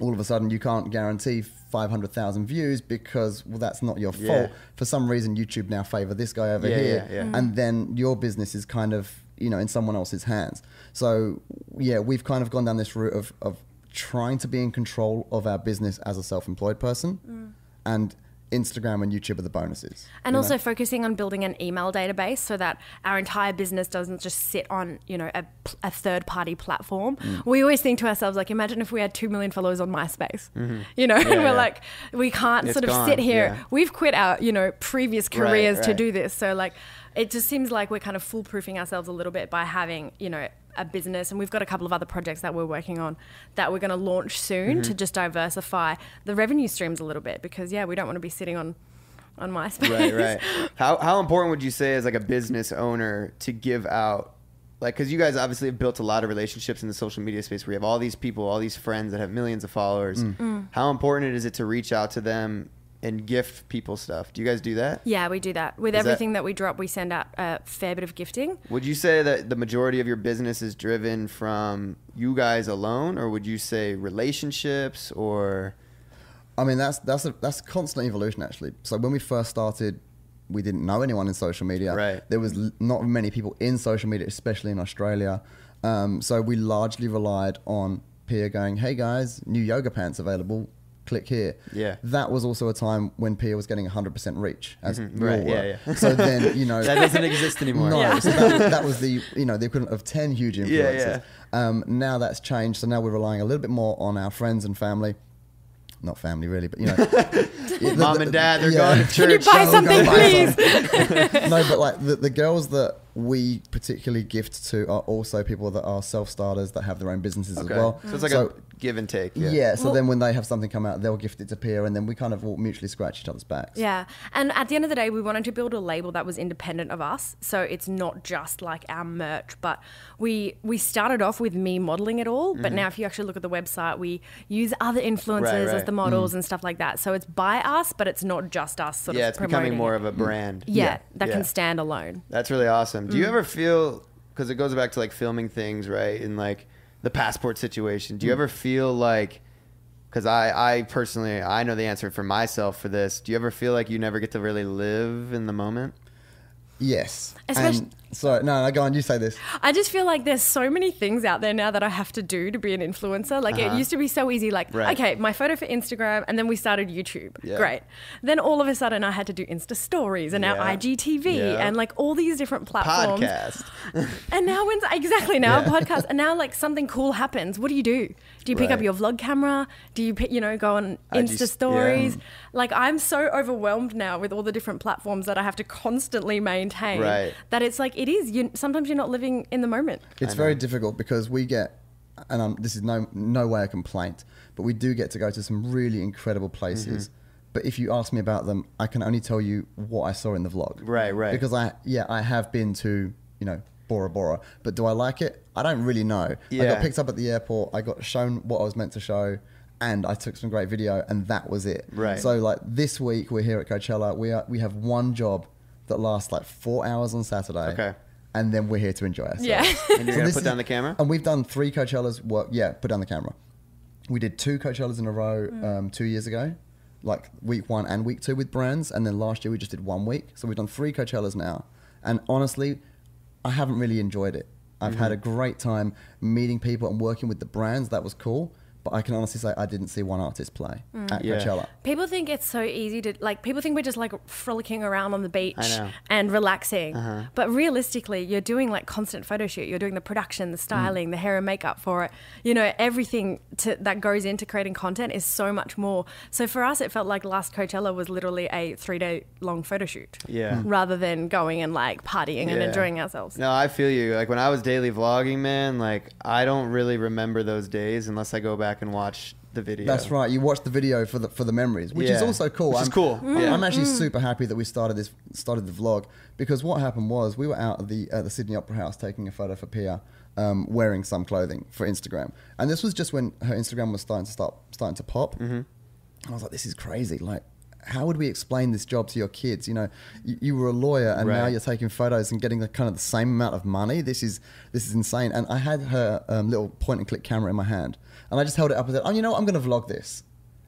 all of a sudden you can't guarantee 500,000 views because well that's not your fault.
Yeah.
For some reason YouTube now favor this guy over
Yeah,
here
yeah, yeah. Mm.
and then your business is kind of, you know, in someone else's hands. So yeah, we've kind of gone down this route of of trying to be in control of our business as a self-employed person and Instagram and YouTube are the bonuses.
And
you
also
know?
focusing on building an email database so that our entire business doesn't just sit on, you know, a, pl- a third party platform.
Mm.
We always think to ourselves, like, imagine if we had 2 million followers on MySpace, you know, and we're
Mm-hmm. yeah.
like, we can't
It's
sort of
gone,
sit here.
yeah.
We've quit our, you know, previous careers to
right.
do this. So like, it just seems like we're kind of foolproofing ourselves a little bit by having, you know, a business and we've got a couple of other projects that we're working on that we're going to launch soon
Mm-hmm.
to just diversify the revenue streams a little bit because yeah, we don't want to be sitting on on MySpace.
right right how, how important would you say as like a business owner to give out like because you guys obviously have built a lot of relationships in the social media space where you have all these people all these friends that have millions of followers
Mm.
how important is it to reach out to them and gift people stuff do you guys do that
Yeah, we do that. With
Is that-
everything that, we drop, we send out a fair bit of gifting.
would you say that the majority of your business is driven from you guys alone or would you say relationships or
I mean, that's that's a that's a constant evolution actually. So when we first started, we didn't know anyone in social media.
Right.
There was l- not many people in social media, especially in Australia. Um, so we largely relied on Pia going, "Hey guys, new yoga pants available." Click here.
Yeah.
That was also a time when Pia was getting 100% reach, as we
Mm-hmm. right,
all
yeah,
were.
yeah.
So then, you know,
that doesn't exist anymore
no, so that, that was the you know the equivalent of ten huge influencers.
Yeah,
Um, now that's changed, so now we're relying a little bit more on our friends and family. Not family, really, but you know, Yeah, the-
mom
the-
and dad they're
yeah.
going to
Can you
church
buy
They'll go
something,
buy
please?
something. no, but like the, the girls that we particularly gift to are also people that are self starters that have their own businesses
okay
as well.
so it's like a give and take
yeah. so then when they have something come out, they'll gift it to Pia, and then we kind of all mutually scratch each other's backs.
Yeah. And at the end of the day, we wanted to build a label that was independent of us. So it's not just like our merch, but we we started off with me modeling it all. But now if you actually look at the website, we use other influencers as
Mm-hmm. right. Mm.
the models and stuff like that. So it's by us, but it's not just us sort
yeah
of
it's
promoting.
becoming more
it.
of a brand
yeah, that
Yeah.
can Mm. stand alone.
That's really awesome. awesome. Do you ever feel because it goes back to like filming things, right? And like the passport situation.
Mm.
Do you ever feel like because I, I personally I know the answer for myself for this. Do you ever feel like you never get to really live in the moment?
Yes.
Especially-
And- sorry, no, no, go on. You say this.
I just feel like there's so many things out there now that I have to do to be an influencer. Like it used to be so easy. Like,
Uh-huh. Right.
okay, my photo for Instagram, and then we started YouTube.
Yeah.
Great. Then all of a sudden, I had to do Insta stories and now
Yeah.
IGTV
Yeah.
and like all these different platforms.
Podcast.
And now, when exactly now a podcast, and now like something cool happens. What do you do? Do you pick up
Right.
your vlog camera? Do you pick, you know go on
I
Insta
just- yeah.
stories? Like I'm so overwhelmed now with all the different platforms that I have to constantly maintain.
Right.
That it's like it is. You sometimes you're not living in the moment.
It's very difficult because we get, and um, this is no no way a complaint, but we do get to go to some really incredible places.
Mm-hmm.
But if you ask me about them, I can only tell you what I saw in the vlog.
Right, right.
Because I yeah I have been to you know Bora Bora, but do I like it? I don't really know. I
Yeah.
got picked up at the airport. I got shown what I was meant to show. And I took some great video, and that was it.
Right.
So like this week, we're here at Coachella. We are we have one job that lasts like four hours on Saturday.
Okay.
And then we're here to enjoy ourselves.
Yeah.
And
So
you're gonna
this
put
is-
down the camera.
And we've done three Coachellas. Well, yeah, put down the camera. We did two Coachellas in a row um, two years ago, like week one and week two with brands. And then last year we just did one week. So we've done three Coachellas now. And honestly, I haven't really enjoyed it. I've
Mm-hmm.
had a great time meeting people and working with the brands. That was cool. But I can honestly say I didn't see one artist play at
Mm. Yeah.
Coachella.
People think it's so easy to like. People think we're just like frolicking around on the beach
I know. Uh-huh.
and relaxing, but realistically, you're doing like constant photo shoot. You're doing the production, the
Mm.
styling, the hair and makeup for it. You know, everything to, that goes into creating content is so much more. So for us, it felt like last Coachella was literally a three day long photo shoot,
Yeah. Mm.
rather than going and like partying and
Yeah.
enjoying ourselves.
No, I feel you. Like when I was daily vlogging, man, like I don't really remember those days unless I go back and watch the video.
That's right. You watch the video for the for the memories, which is
Yeah.
also cool.
Which is
I'm,
cool.
I'm-
Yeah.
I'm actually super happy that we started this started the vlog because what happened was we were out at the at the Sydney Opera House taking a photo for Pia, um, wearing some clothing for Instagram, and this was just when her Instagram was starting to start starting to pop.
Mm-hmm.
And I was like, this is crazy. Like. How would we explain this job to your kids? You know, you, you were a lawyer, and now
Right.
you're taking photos and getting the, kind of the same amount of money. This is this is insane. And I had her um, little point and click camera in my hand, and I just held it up and said, "Oh, you know, what? I'm going to vlog this,"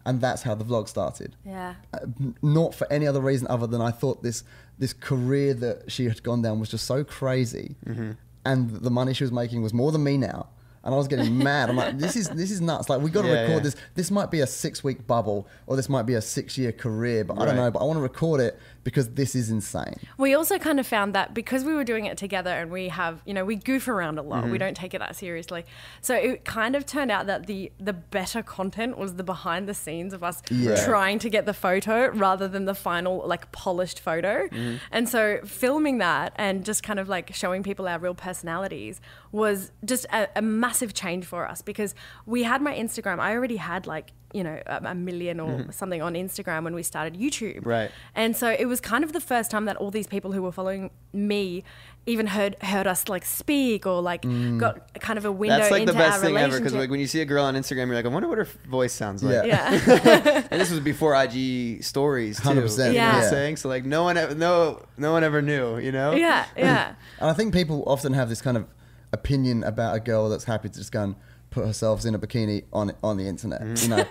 and that's how the vlog started.
Yeah.
Uh, n- not for any other reason other than I thought this this career that she had gone down was just so crazy,
Mm-hmm.
and the money she was making was more than me now. And I was getting mad. I'm like, this is this is nuts. Like, we got to
Yeah,
record
yeah.
this. This might be a six week bubble, or this might be a six year career, but I don't
Right.
know. But I want to record it because this is insane.
We also kind of found that because we were doing it together and we have, you know, we goof around a lot. We don't take it that seriously. So it kind of turned out that the the better content was the behind the scenes of us
Yeah.
trying to get the photo rather than the final like polished photo. And so filming that and just kind of like showing people our real personalities was just a, a massive change for us because we had my Instagram. I already had like you know a a million or something on Instagram when we started YouTube.
Right.
And so it was kind of the first time that all these people who were following me even heard heard us like speak or like got kind of a window
Mm. That's like
into
the best
our
thing ever
relationship.
because like when you see a girl on Instagram, you're like, I wonder what her f- voice sounds like.
Yeah.
yeah.
And this was before IG stories, too.
100%,
You know what I'm
yeah.
saying? So like no one, ever, no, no one ever knew. You know?
yeah. Yeah.
And I think people often have this kind of opinion about a girl that's happy to just go and put herself in a bikini on on the internet. You know,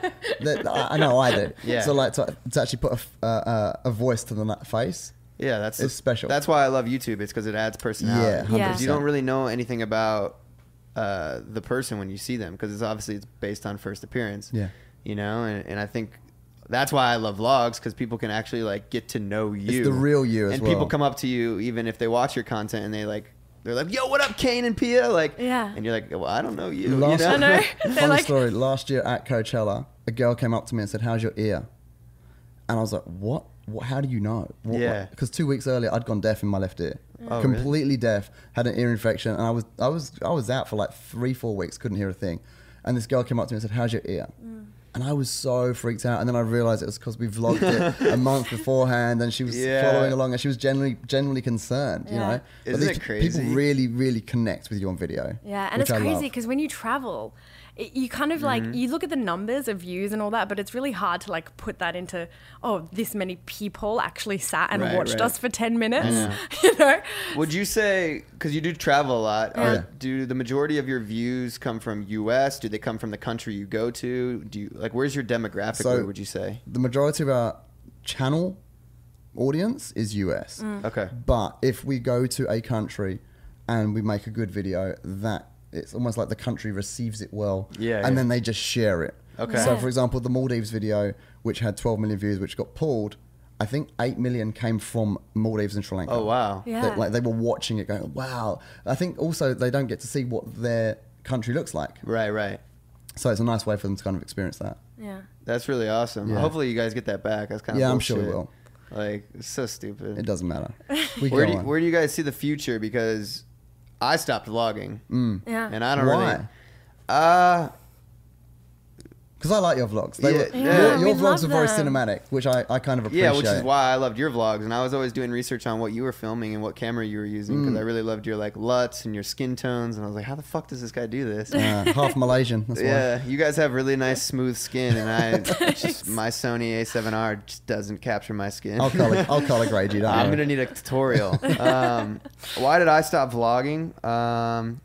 That- I, I know I do.
Yeah.
So like to, to actually put a, f- uh, uh, a voice to the na- face.
Yeah, that's
It's special.
That's why I love YouTube. It's because it adds personality.
Yeah,
Yeah.
'Cause You don't really know anything about uh, the person when you see them because it's obviously it's based on first appearance.
Yeah.
you know, and, and I think that's why I love vlogs because people can actually like get to know you,
the real you as
and
well.
people come up to you even if they watch your content and they like. They're like, yo, what up, Kane and Pia? Like,
Yeah.
And you're like, well, I don't know you. you
Last,
know?
I know.
funny
They're like-
story. Last year at Coachella, a girl came up to me and said, "How's your ear?" And I was like, "What? what how do you know?" What,
Yeah.
Because two weeks earlier, I'd gone deaf in my left ear,
Oh,
completely deaf, had an ear infection, and I was I was I was out for like three four weeks, couldn't hear a thing. And this girl came up to me and said, "How's your ear?"
Mm.
And I was so freaked out. And then I realized it was because we vlogged it a month beforehand, and she was
Yeah.
following along, and she was generally generally concerned. You
Yeah.
know, But
Isn't
these
it
pe-
crazy?
People really really connect with you on video.
Yeah, and
which
it's
I love.
crazy because when you travel, it- you kind of like
Mm-hmm.
you look at the numbers of views and all that, but it's really hard to like put that into oh, this many people actually sat and
Right,
watched
right.
us for ten minutes.
know.
you know,
Would you say because you do travel a lot,
Yeah.
are, do the majority of your views come from U.S.? Do they come from the country you go to? Do you like where's your demographic?
So-
where would you say?
The majority of our channel audience is US.
Mm.
Okay.
But if we go to a country and we make a good video, that it's almost like the country receives it well.
Yeah,
And
yeah.
then they just share it.
Okay.
So,
Yeah.
for example, the Maldives video, which had 12 million views, which got pulled, I think 8 million came from Maldives and Sri Lanka.
Oh wow.
Yeah.
That, like they were watching it going, wow. I think also they don't get to see what their country looks like.
Right, right.
So it's a nice way for them to kind of experience that.
yeah.
That's really awesome.
Yeah.
Hopefully you guys get that back. That's kind of
Yeah, I'm sure we
Like it's so
It
stupid.
doesn't matter. We
Where
go
do you,
on.
where do you guys see the future? Because I stopped vlogging,
Yeah.
and I don't really.
Mm. Why?
Uh,
Because I like your vlogs. They
Yeah,
were,
yeah.
Your, your
we
vlogs
love
are very
them.
cinematic, which I, I kind of appreciate.
yeah, which is why I loved your vlogs, and I was always doing research on what you were filming and what camera you were using
Mm.
because I really loved your like LUTs and your skin tones, and I was like, how the fuck does this guy do this?
Uh, half Malaysian. That's why.
Yeah, you guys have really nice smooth skin, and I just my Sony A7R just doesn't capture my skin.
I'll color, I'll color grade you. Don't
I'm
worry.
gonna need a tutorial. Um, why did I stop vlogging? Um,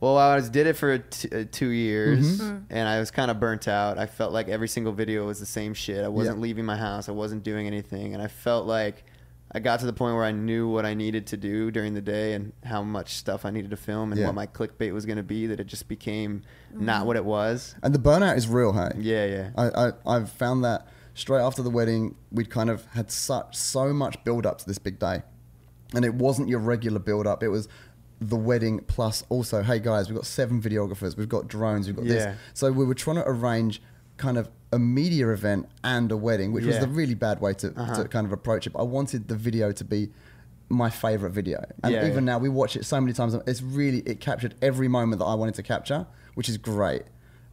well, I was, did it for t- uh, two years,
Mm-hmm.
and I was kind of burnt out. I felt like every single video was the same shit. I wasn't
Yeah.
leaving my house. I wasn't doing anything, and I felt like I got to the point where I knew what I needed to do during the day and how much stuff I needed to film and
Yeah.
what my clickbait was gonna be. That it just became not what it was.
And the burnout is real, hey?
Yeah, yeah.
I, I, I've found that straight after the wedding, we'd kind of had such so much build up to this big day. And it wasn't your regular build up, it was the wedding plus also, hey guys, we've got seven videographers, we've got drones, we've got
Yeah.
this. So we were trying to arrange kind of a media event and a wedding, which was
Yeah. Uh-huh.
the really bad way to, to kind of approach it. But I wanted the video to be my favorite video. And
Yeah,
even
yeah.
now we watch it so many times. It's really it captured every moment that I wanted to capture, which is great.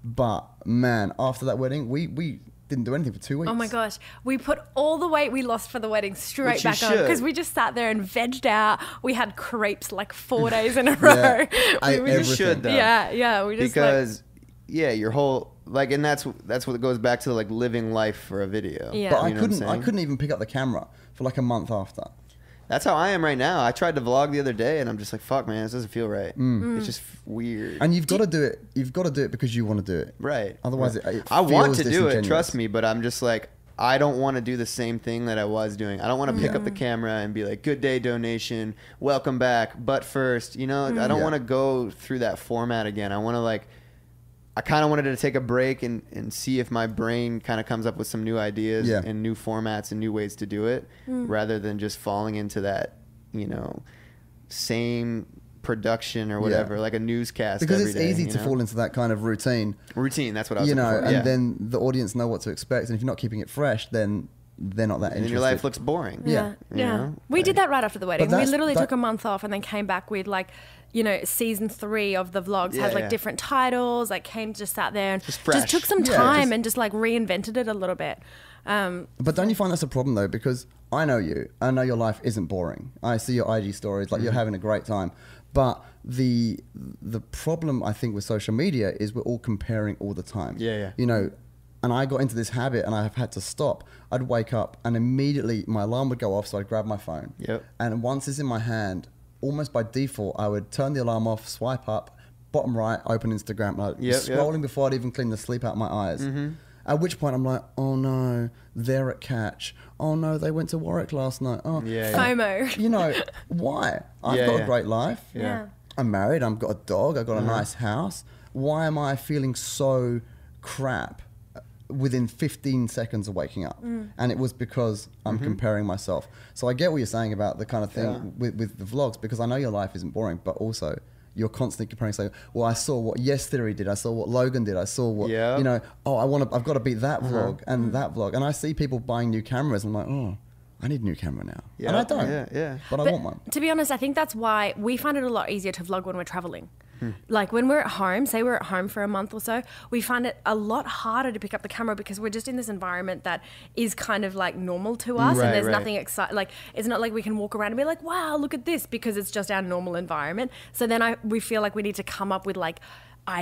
But man, after that wedding, we we didn't do anything for two weeks.
Oh my gosh, we put all the weight we lost for the wedding straight
Which you
back on
should.
because we just sat there and vegged out. We had crepes like four days in a row.
Yeah. I-
we were
You
everything.
should though.
yeah, yeah, we just like,
because yeah, your whole like, and that's that's what goes back to like living life for a video.
Yeah.
But I
You know what I'm
couldn't I
saying?
couldn't even pick up the camera for like a month after.
That's how I am right now. I tried to vlog the other day, and I'm just like, fuck, man, this doesn't feel right. It's just weird.
Mm. And you've got to do it. You've got to do it because you want to do it.
right.
Otherwise,
Right.
it, it
I want
feels
to do it.
disingenuous.
Trust me, but I'm just like. I don't want to do the same thing that I was doing. I don't want to pick up the camera and be like, "Good day, donation. Welcome back." But first, you know, I don't
Mm. Yeah.
want to go through that format again. I want to like I kind of wanted to take a break and, and see if my brain kind of comes up with some new ideas
Yeah.
and new formats and new ways to do it rather than just falling into that, you know, same production or whatever, like a newscast.
Because
every
it's
day,
easy
you
to
know?
fall into that kind of routine.
routine. That's what I was
you
looking
know,
for.
and
yeah.
then the audience know what to expect. And if you're not keeping it fresh, then they're not that
and
interested.
your life looks boring.
Yeah.
You
yeah.
know?
We did that right after the wedding. We
that's-
literally
that-
took a month off and then came back with like, you know, season three of the vlogs
Yeah,
had like
yeah.
different titles. Like came just sat there and
Just
just,
fresh.
took some
Yeah,
time
just-
and just like reinvented it a little bit. Um,
But don't you find that's a problem though? Because I know you. I know your life isn't boring. I see your IG stories, like you're
Mm-hmm.
having a great time. But the the problem I think with social media is we're all comparing all the time.
Yeah, yeah.
You know, and I got into this habit and I've had to stop. I'd wake up and immediately my alarm would go off, so I'd grab my phone.
Yep.
And once it's in my hand, almost by default, I would turn the alarm off, swipe up, bottom right, open Instagram, and I'd be
Yep, yep. Mm-hmm.
scrolling before I'd even clean the sleep out of my eyes. At which point I'm like, oh no, they're at catch. Oh no, they went to Warwick last night. Oh,
Yeah, yeah.
FOMO.
You know, why? I've
Yeah,
got
yeah.
a great life.
Yeah. Uh-huh.
I'm married. I've got a dog. I've got a nice house. Why am I feeling so crap uh, within 15 seconds of waking up?
Mm.
And it was because I'm comparing myself. So I get what you're saying about the kind of thing
Mm-hmm. Yeah.
with, with the vlogs because I know your life isn't boring, but also you're constantly comparing. So, well, I saw what Yes Theory did. I saw what Logan did. I saw what
Yeah. Uh-huh.
you know. Oh, I want to. I've got to beat that vlog
Mm.
and that vlog. And I see people buying new cameras. And I'm like, oh, I need a new camera now. And
Yeah,
I don't.
yeah, yeah.
But, I
But
want one.
To be honest, I think that's why we find it a lot easier to vlog when we're traveling. Like when we're at home, say we're at home for a month or so, we find it a lot harder to pick up the camera because we're just in this environment that is kind of like normal to us,
Right,
and there's
right.
nothing exciting. Like it's not like we can walk around and be like, "Wow, look at this," because it's just our normal environment. So then I we feel like we need to come up with like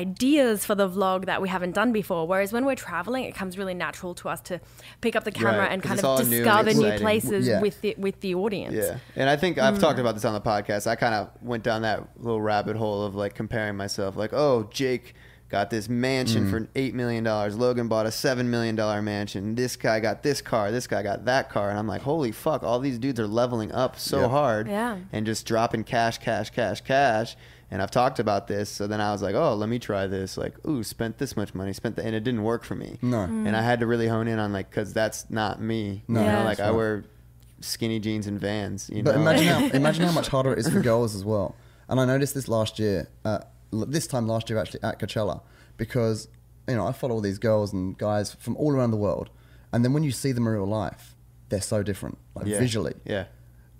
ideas for the vlog that we haven't done before. Whereas when we're traveling, it comes really natural to us to pick up the camera
Right,
and
'cause
kind
it's
of
all new and
discover new,
exciting.
places
Yeah.
with the with the audience.
Yeah, and I think I've
Hmm.
talked about this on the podcast. I kind of went down that little rabbit hole of like comparing myself, like, oh, Jake got this mansion
Hmm.
for eight million dollars. Logan bought a seven million dollar mansion. This guy got this car. This guy got that car. And I'm like, holy fuck! All these dudes are leveling up so hard,
Yeah.
and just dropping cash, cash, cash, cash. And I've talked about this, so then I was like, "Oh, let me try this." Like, ooh, spent this much money, spent the, and it didn't work for me.
No.
and I
Hmm.
had to really hone in on like, because that's not me. No, you know,
Yeah.
like I wear skinny jeans and vans. You
But
know,
imagine how imagine how much harder it is for girls as well. And I noticed this last year, uh, l- this time last year actually at Coachella, because you know I follow all these girls and guys from all around the world, and then when you see them in real life, they're so different, like
Yeah.
visually.
Yeah.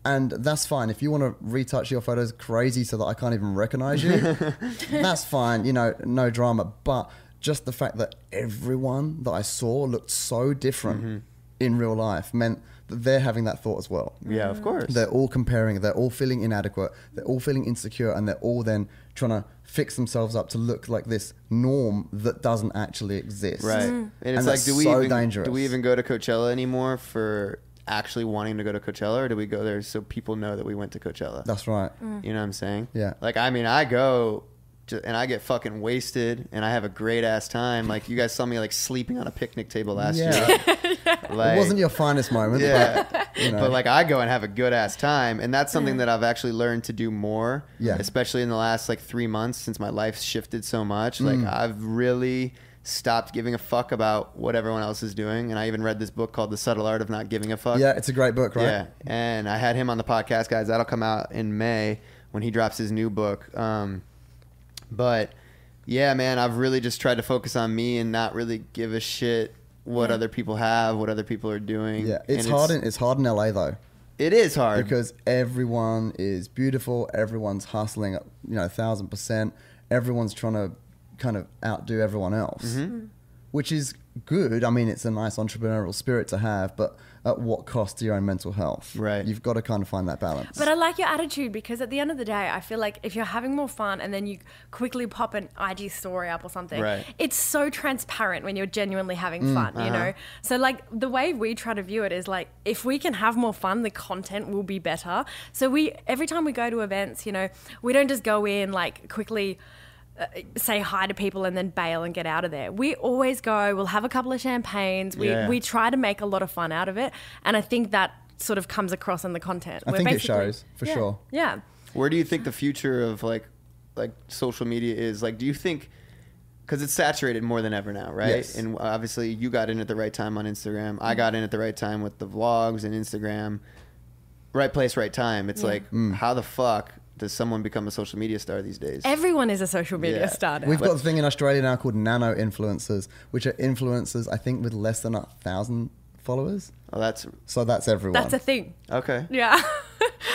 And that's fine. If you want to retouch your photos crazy so that I can't even recognize you, that's fine. You know, no drama. But just the fact that everyone that I saw looked so different
Mm-hmm.
in real life meant that they're having that thought as well.
Yeah, of course.
They're all comparing. They're all feeling inadequate. They're all feeling insecure, and they're all then trying to fix themselves up to look like this norm that doesn't actually exist.
right. And it's like,
that's
do we
so
even
dangerous?
do we even go to Coachella anymore for actually wanting to go to Coachella, or do we go there so people know that we went to Coachella?
That's right.
You know what I'm saying?
Yeah.
Like I mean, I go. ju- And I get fucking wasted, and I have a great ass time. Like you guys saw me like sleeping on a picnic table last
Yeah.
year. Like,
it wasn't your finest moment.
Yeah.
But, you know.
But like I go and have a good ass time, and that's something that I've actually learned to do more.
Yeah.
Especially in the last like three months since my life shifted so much.
Mm.
Like I've really stopped giving a fuck about what everyone else is doing, and I even read this book called The Subtle Art of Not Giving a Fuck.
yeah, it's a great book, right?
Yeah, and I had him on the podcast, guys. That'll come out in May when he drops his new book. Um, but yeah, man, I've really just tried to focus on me and not really give a shit what other people have, what other people are doing.
Yeah, it's
And
hard. in, it's hard in LA though,
it is hard
because everyone is beautiful. Everyone's hustling, at, you know, thousand percent. Everyone's trying to kind of outdo everyone else,
Mm-hmm.
Mm-hmm.
which is good. I mean, it's a nice entrepreneurial spirit to have, but at what cost to your own mental health?
Right.
You've got to kind of find that balance.
But I like your attitude because at the end of the day, I feel like if you're having more fun and then you quickly pop an IG story up or something,
Right. Mm, uh-huh.
it's so transparent when you're genuinely having fun, you know? So, like, the way we try to view it is like, if we can have more fun, the content will be better. So, we, every time we go to events, you know, we don't just go in like quickly uh, say hi to people and then bail and get out of there. We always go, we'll have a couple of champagnes. We,
Yeah.
we try to make a lot of fun out of it. And I think that sort of comes across in the content.
I
We're
think it
basically-
shows, for
yeah,
sure.
Yeah.
where do you think the future of like like social media is like do you think because it's saturated more than ever now right
Yes.
and obviously you got in at the right time on instagram i got in at the right time with the vlogs and instagram right place right time it's like
Mm.
how the fuck does someone become a social media star these days
Everyone is a social media
Yeah.
star now.
We've got a thing in Australia now called nano influencers, which are influencers I think with less than a thousand followers.
oh that's
So that's everyone,
That's a thing.
okay
Yeah.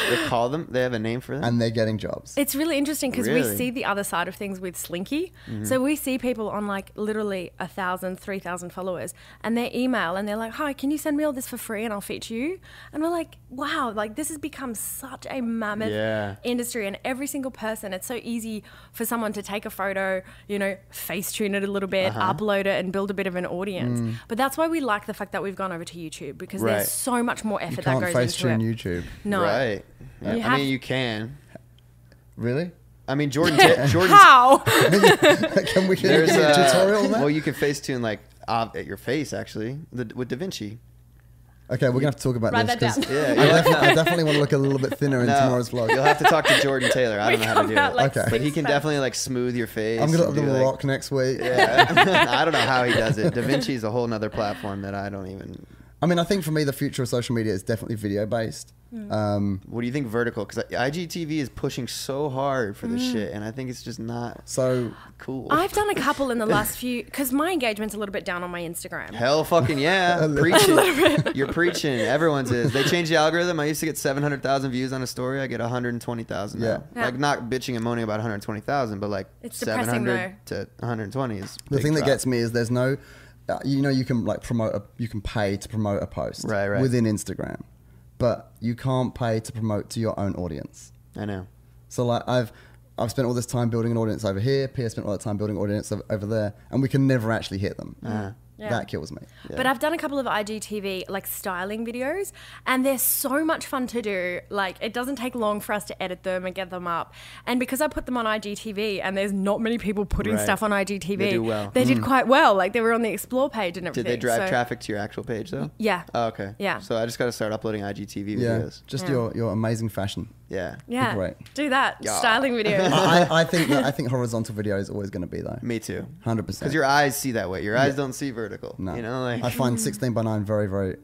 they call them they have a name for them
and they're getting jobs.
It's really interesting because
Really?
we see the other side of things with Slinky. So we see people on like literally a thousand, three thousand followers, and they email and they're like, "Hi, can you send me all this for free and I'll feature you?" And we're like, "Wow!" Like this has become such a mammoth
Yeah.
industry, and every single person, it's so easy for someone to take a photo, you know, face tune it a little bit, upload it, and build a bit of an audience. But that's why we like the fact that we've gone over to YouTube because
Right.
there's so much more effort
you
that
can't
goes
face
into
tune
it.
YouTube,
No,
right Yeah.
You
i
have-
mean you can
really.
i mean jordan Ta- jordan
how?
Can we get
there's
a,
a
tutorial on that?
well you can facetune like ob- at your face actually the, with da vinci
Okay, we're gonna have to talk about
Write
this
that down.
yeah
I, definitely, I definitely want to look a little bit thinner in
No,
tomorrow's vlog.
You'll have to talk to Jordan Taylor. I
We
don't know how to
come
do
out
it.
like
Okay.
But he can
six-pack.
definitely like smooth your face.
I'm gonna
and
look at the
do, like-
rock next week.
Yeah. I don't know how he does it. Da Vinci's a whole nother platform that I don't even.
I mean, I think for me, the future of social media is definitely video based.
Hmm.
Um,
What do you think vertical? Because IGTV is pushing so hard for
Mm.
this shit, and I think it's just not
so
cool.
I've done a couple in the last few because my engagement's a little bit down on my Instagram.
Hell fucking yeah. preaching. You're preaching. Everyone's is. They changed the algorithm. I used to get 700,000 views on a story. I get 120,000 now.
Yeah.
Yeah.
Like, not bitching and moaning about 120,000, but like
It's depressing,
700 to 120 is.
the
big
thing that
drop.
gets me is there's no, uh, you know, you can like promote, a, you can pay to promote a post
Right, right.
within Instagram, but you can't pay to promote to your own audience.
I know.
So like I've I've spent all this time building an audience over here. Pierre spent all that time building audience o- over there, and we can never actually hit them.
Uh-huh.
Yeah.
That kills me.
But I've done a couple of IGTV like styling videos, and they're so much fun to do. Like it doesn't take long for us to edit them and get them up. And because I put them on IGTV, and there's not many people putting
Right.
stuff on IGTV,
They do well.
They did quite well. Like they were on the explore page and everything.
Did they drive
so-
traffic to your actual page though?
Yeah.
Oh, okay.
Yeah.
So I just got to start uploading IGTV
Yeah,
videos.
just
Yeah.
your your amazing fashion.
Yeah.
Yeah,
Great.
do that
Yeah.
styling videos.
I, I think that, I think horizontal video is always going to be though.
Me too.
Hundred percent.
Because your eyes see that way. Your eyes don't see vertical.
No.
You know, like
I find 16 by 9 very, very.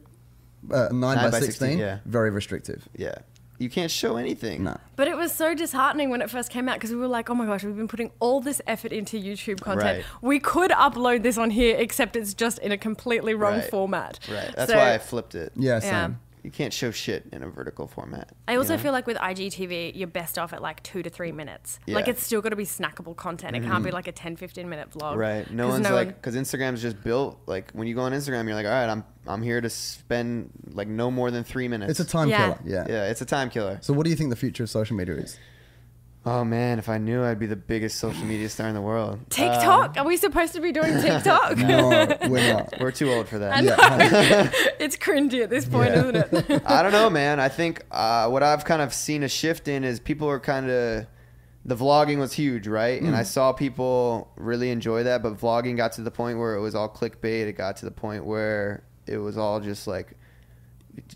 Uh, 9, by, 16,
16, yeah.
very restrictive.
yeah, you can't show anything.
No.
But it was so disheartening when it first came out because we were like, oh my gosh, we've been putting all this effort into YouTube content.
Right.
We could upload this on here, except it's just in a completely wrong
Right.
format.
Right. That's
So-
why I flipped it.
Yeah,
Yeah.
same.
You can't show shit in a vertical format.
I also
you know?
feel like with IGTV, you're best off at like two to three minutes. Like
Yeah. Mm-hmm.
it's still got to be snackable content. It can't be like a 10, 15 minute vlog.
Right. No
'Cause
one's like
one-
because Instagram's just built like when you go on Instagram, you're like, all right, I'm I'm here to spend like no more than three minutes.
It's a time
Yeah.
killer. Yeah.
yeah, it's a time killer.
So, what do you think the future of social media is?
Oh man, if I knew, I'd be the biggest social media star in the world. uh,
TikTok? Are we supposed to be doing TikTok?
No, we're not.
We're too old for that.
Yeah, hundred-
it's cringy at this point,
Yeah.
isn't it?
I don't know, man. I think uh, what I've kind of seen a shift in is people are kind of the vlogging was huge, right? And I
Mm.
saw people really enjoy that, but vlogging got to the point where it was all clickbait. It got to the point where it was all just like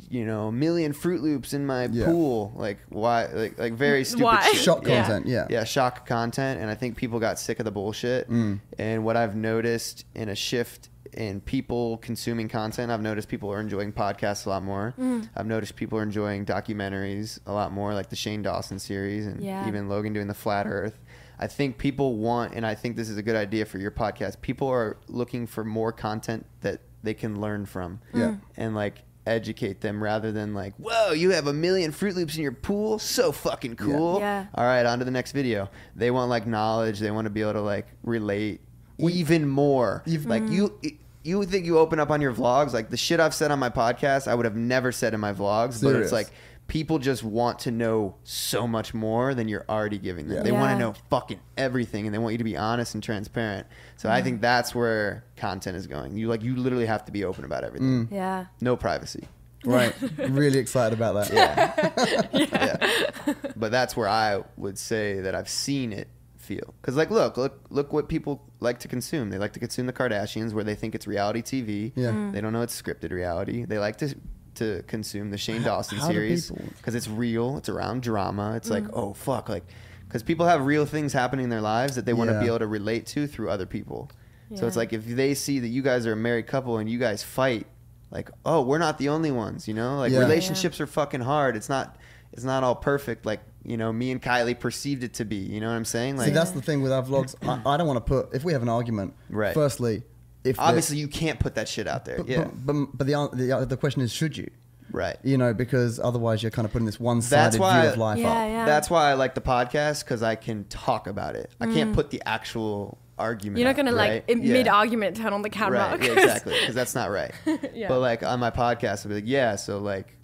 you know, a million Fruit Loops in my
Yeah.
pool. Like why? Like like very stupid
Why?
shit.
Shock
Yeah.
content. Yeah.
Yeah, shock content, and I think people got sick of the bullshit. And what I've noticed in a shift in people consuming content, I've noticed people are enjoying podcasts a lot more. I've noticed people are enjoying documentaries a lot more, like the Shane Dawson series, and
Yeah.
even Logan doing the Flat Earth. I think people want, and I think this is a good idea for your podcast. People are looking for more content that they can learn from, Mm.
Yeah.
and like educate them rather than like, whoa, you have a million Fruit Loops in your pool, so fucking cool
Yeah.
all right on to the next video they want like knowledge they want to be able to like relate even more like
Mm-hmm.
you you think you open up on your vlogs like the shit i've said on my podcast i would have never said in my vlogs but
Serious.
it's like people just want to know so much more than you're already giving them
Yeah.
they want
Yeah.
to know fucking everything and they want you to be honest and transparent so i think that's where content is going you like you literally have to be open about everything
yeah.
no privacy
Right. really excited about that.
but that's where I would say that I've seen it feel. Because like, look, look, look what people like to consume. They like to consume the Kardashians, where they think it's reality TV.
Yeah. Mm.
they don't know it's scripted reality. They like to to consume the Shane Dawson
how do
series
people-
because it's real. It's around drama. It's like, oh fuck, like because people have real things happening in their lives that they want to
Yeah.
be able to relate to through other people. So it's
Yeah.
like if they see that you guys are a married couple and you guys fight, like, oh, we're not the only ones, you know? Like
Yeah.
relationships are fucking hard. It's not it's not all perfect like, you know, me and Kylie perceived it to be. You know what I'm saying? Like
See, that's the thing with our vlogs. I, I don't want to put, if we have an argument,
Right.
firstly, if the-
obviously you can't put that shit out there.
but,
yeah.
but, but, but the, an- the, the question is, should you?
right.
You know, because otherwise you're kind of putting this one sided
That's
view
why
of life
Yeah,
up.
yeah.
that's why I like the podcast cuz I can talk about it. I can't put the actual argument
Mm. You're not going
out,
to like
right?
in
Yeah.
mid argument turn on the camera.
Right, yeah,
'cause-
exactly, because that's not right.
Yeah.
But like on my podcast, I'll be like, yeah, so like,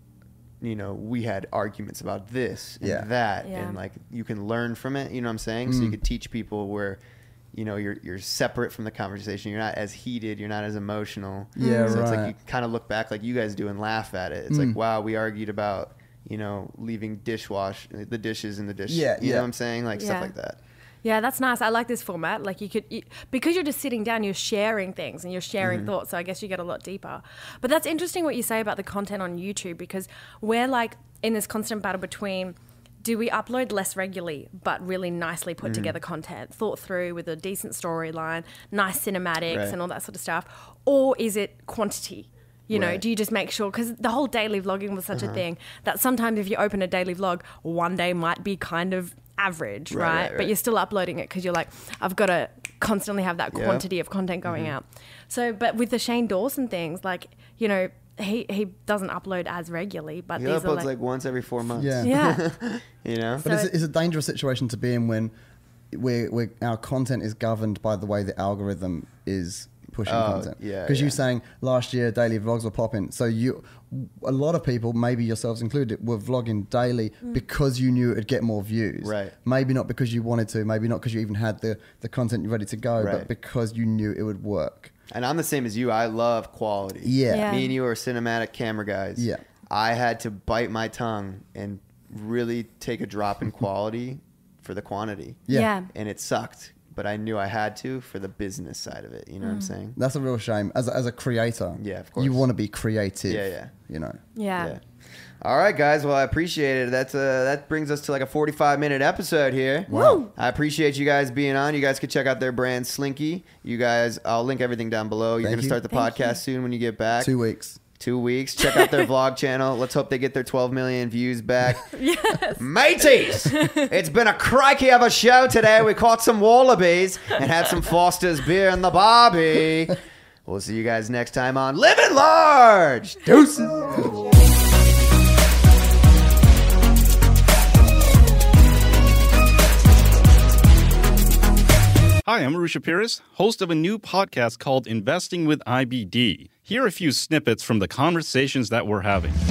you know, we had arguments about this and
Yeah. Mm.
that,
Yeah.
and like you can learn from it. You know what I'm saying? So you could teach people where, you know, you're you're separate from the conversation. You're not as heated. You're not as emotional.
Mm. Yeah,
So it's
right. Mm.
like you kind of look back like you guys do and laugh at it. It's like, wow, we argued about you know leaving dishwash the dishes in the dish.
Yeah,
you
yeah.
know what I'm saying? Like
Yeah.
stuff like that.
Yeah, that's nice. I like this format. Like you could, you, because you're just sitting down, you're sharing things and you're sharing
Mm-hmm.
thoughts. So I guess you get a lot deeper. But that's interesting what you say about the content on YouTube because we're like in this constant battle between do we upload less regularly but really nicely put
Mm-hmm.
together content, thought through with a decent storyline, nice cinematics,
Right.
and all that sort of stuff? Or is it quantity? You know,
Right. Uh-huh.
do you just make sure? Because the whole daily vlogging was such a thing that sometimes if you open a daily vlog, one day might be kind of average, right?
Right, right,
But
right.
you're still uploading it because you're like, I've got to constantly have that
Yeah.
quantity of content going out. So, but with the Shane Dawson things, like, you know, he, he doesn't upload as regularly, but
He
these are
uploads
like,
like once every four months.
Yeah.
yeah,
You know.
But
So
it's,
it-
it's a dangerous situation to be in when we're, we're, our content is governed by the way the algorithm is pushing
Oh,
content.
yeah,
Because
yeah.
you saying last year daily vlogs were popping. So you, a lot of people, maybe yourselves included, were vlogging daily
Mm.
because you knew it'd get more views.
Right.
Maybe not because you wanted to. Maybe not because you even had the the content ready to go.
Right.
But because you knew it would work.
And I'm the same as you. I love quality.
Yeah. Yeah.
Me and you are cinematic camera guys.
Yeah.
I had to bite my tongue and really take a drop in quality for the quantity.
Yeah.
yeah.
And it sucked, but I knew I had to for the business side of it. You know what I'm saying?
That's a real shame. As a, as a creator,
Yeah, of
You
course.
want to be creative.
Yeah, yeah.
You know.
Yeah.
All right, guys. Well, I appreciate it. That's uh, that brings us to like a 45 minute episode here.
Wow. Woo.
I appreciate you guys being on. You guys can check out their brand Slinky. You guys, I'll link everything down below. You're
Thank
gonna
you.
start the
Thank
podcast soon when you get back.
Two weeks.
Two weeks. Check out their vlog channel. Let's hope they get their 12 million views back.
Yes.
Mateys, it's been a crikey of a show today. We caught some wallabies and had some Foster's beer in the barbie. We'll see you guys next time on Living Large. Deuces.
Hi, I'm Arusha Pires, host of a new podcast called Investing with IBD. Here are a few snippets from the conversations that we're having. Yeah,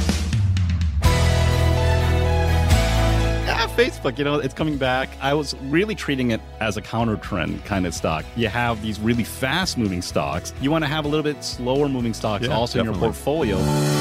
Ah, Facebook, you know, it's coming back. I was really treating it as a counter trend kind of stock. You have these really fast moving stocks. You want to have a little bit slower moving stocks
Yeah,
also in your
definitely.
portfolio.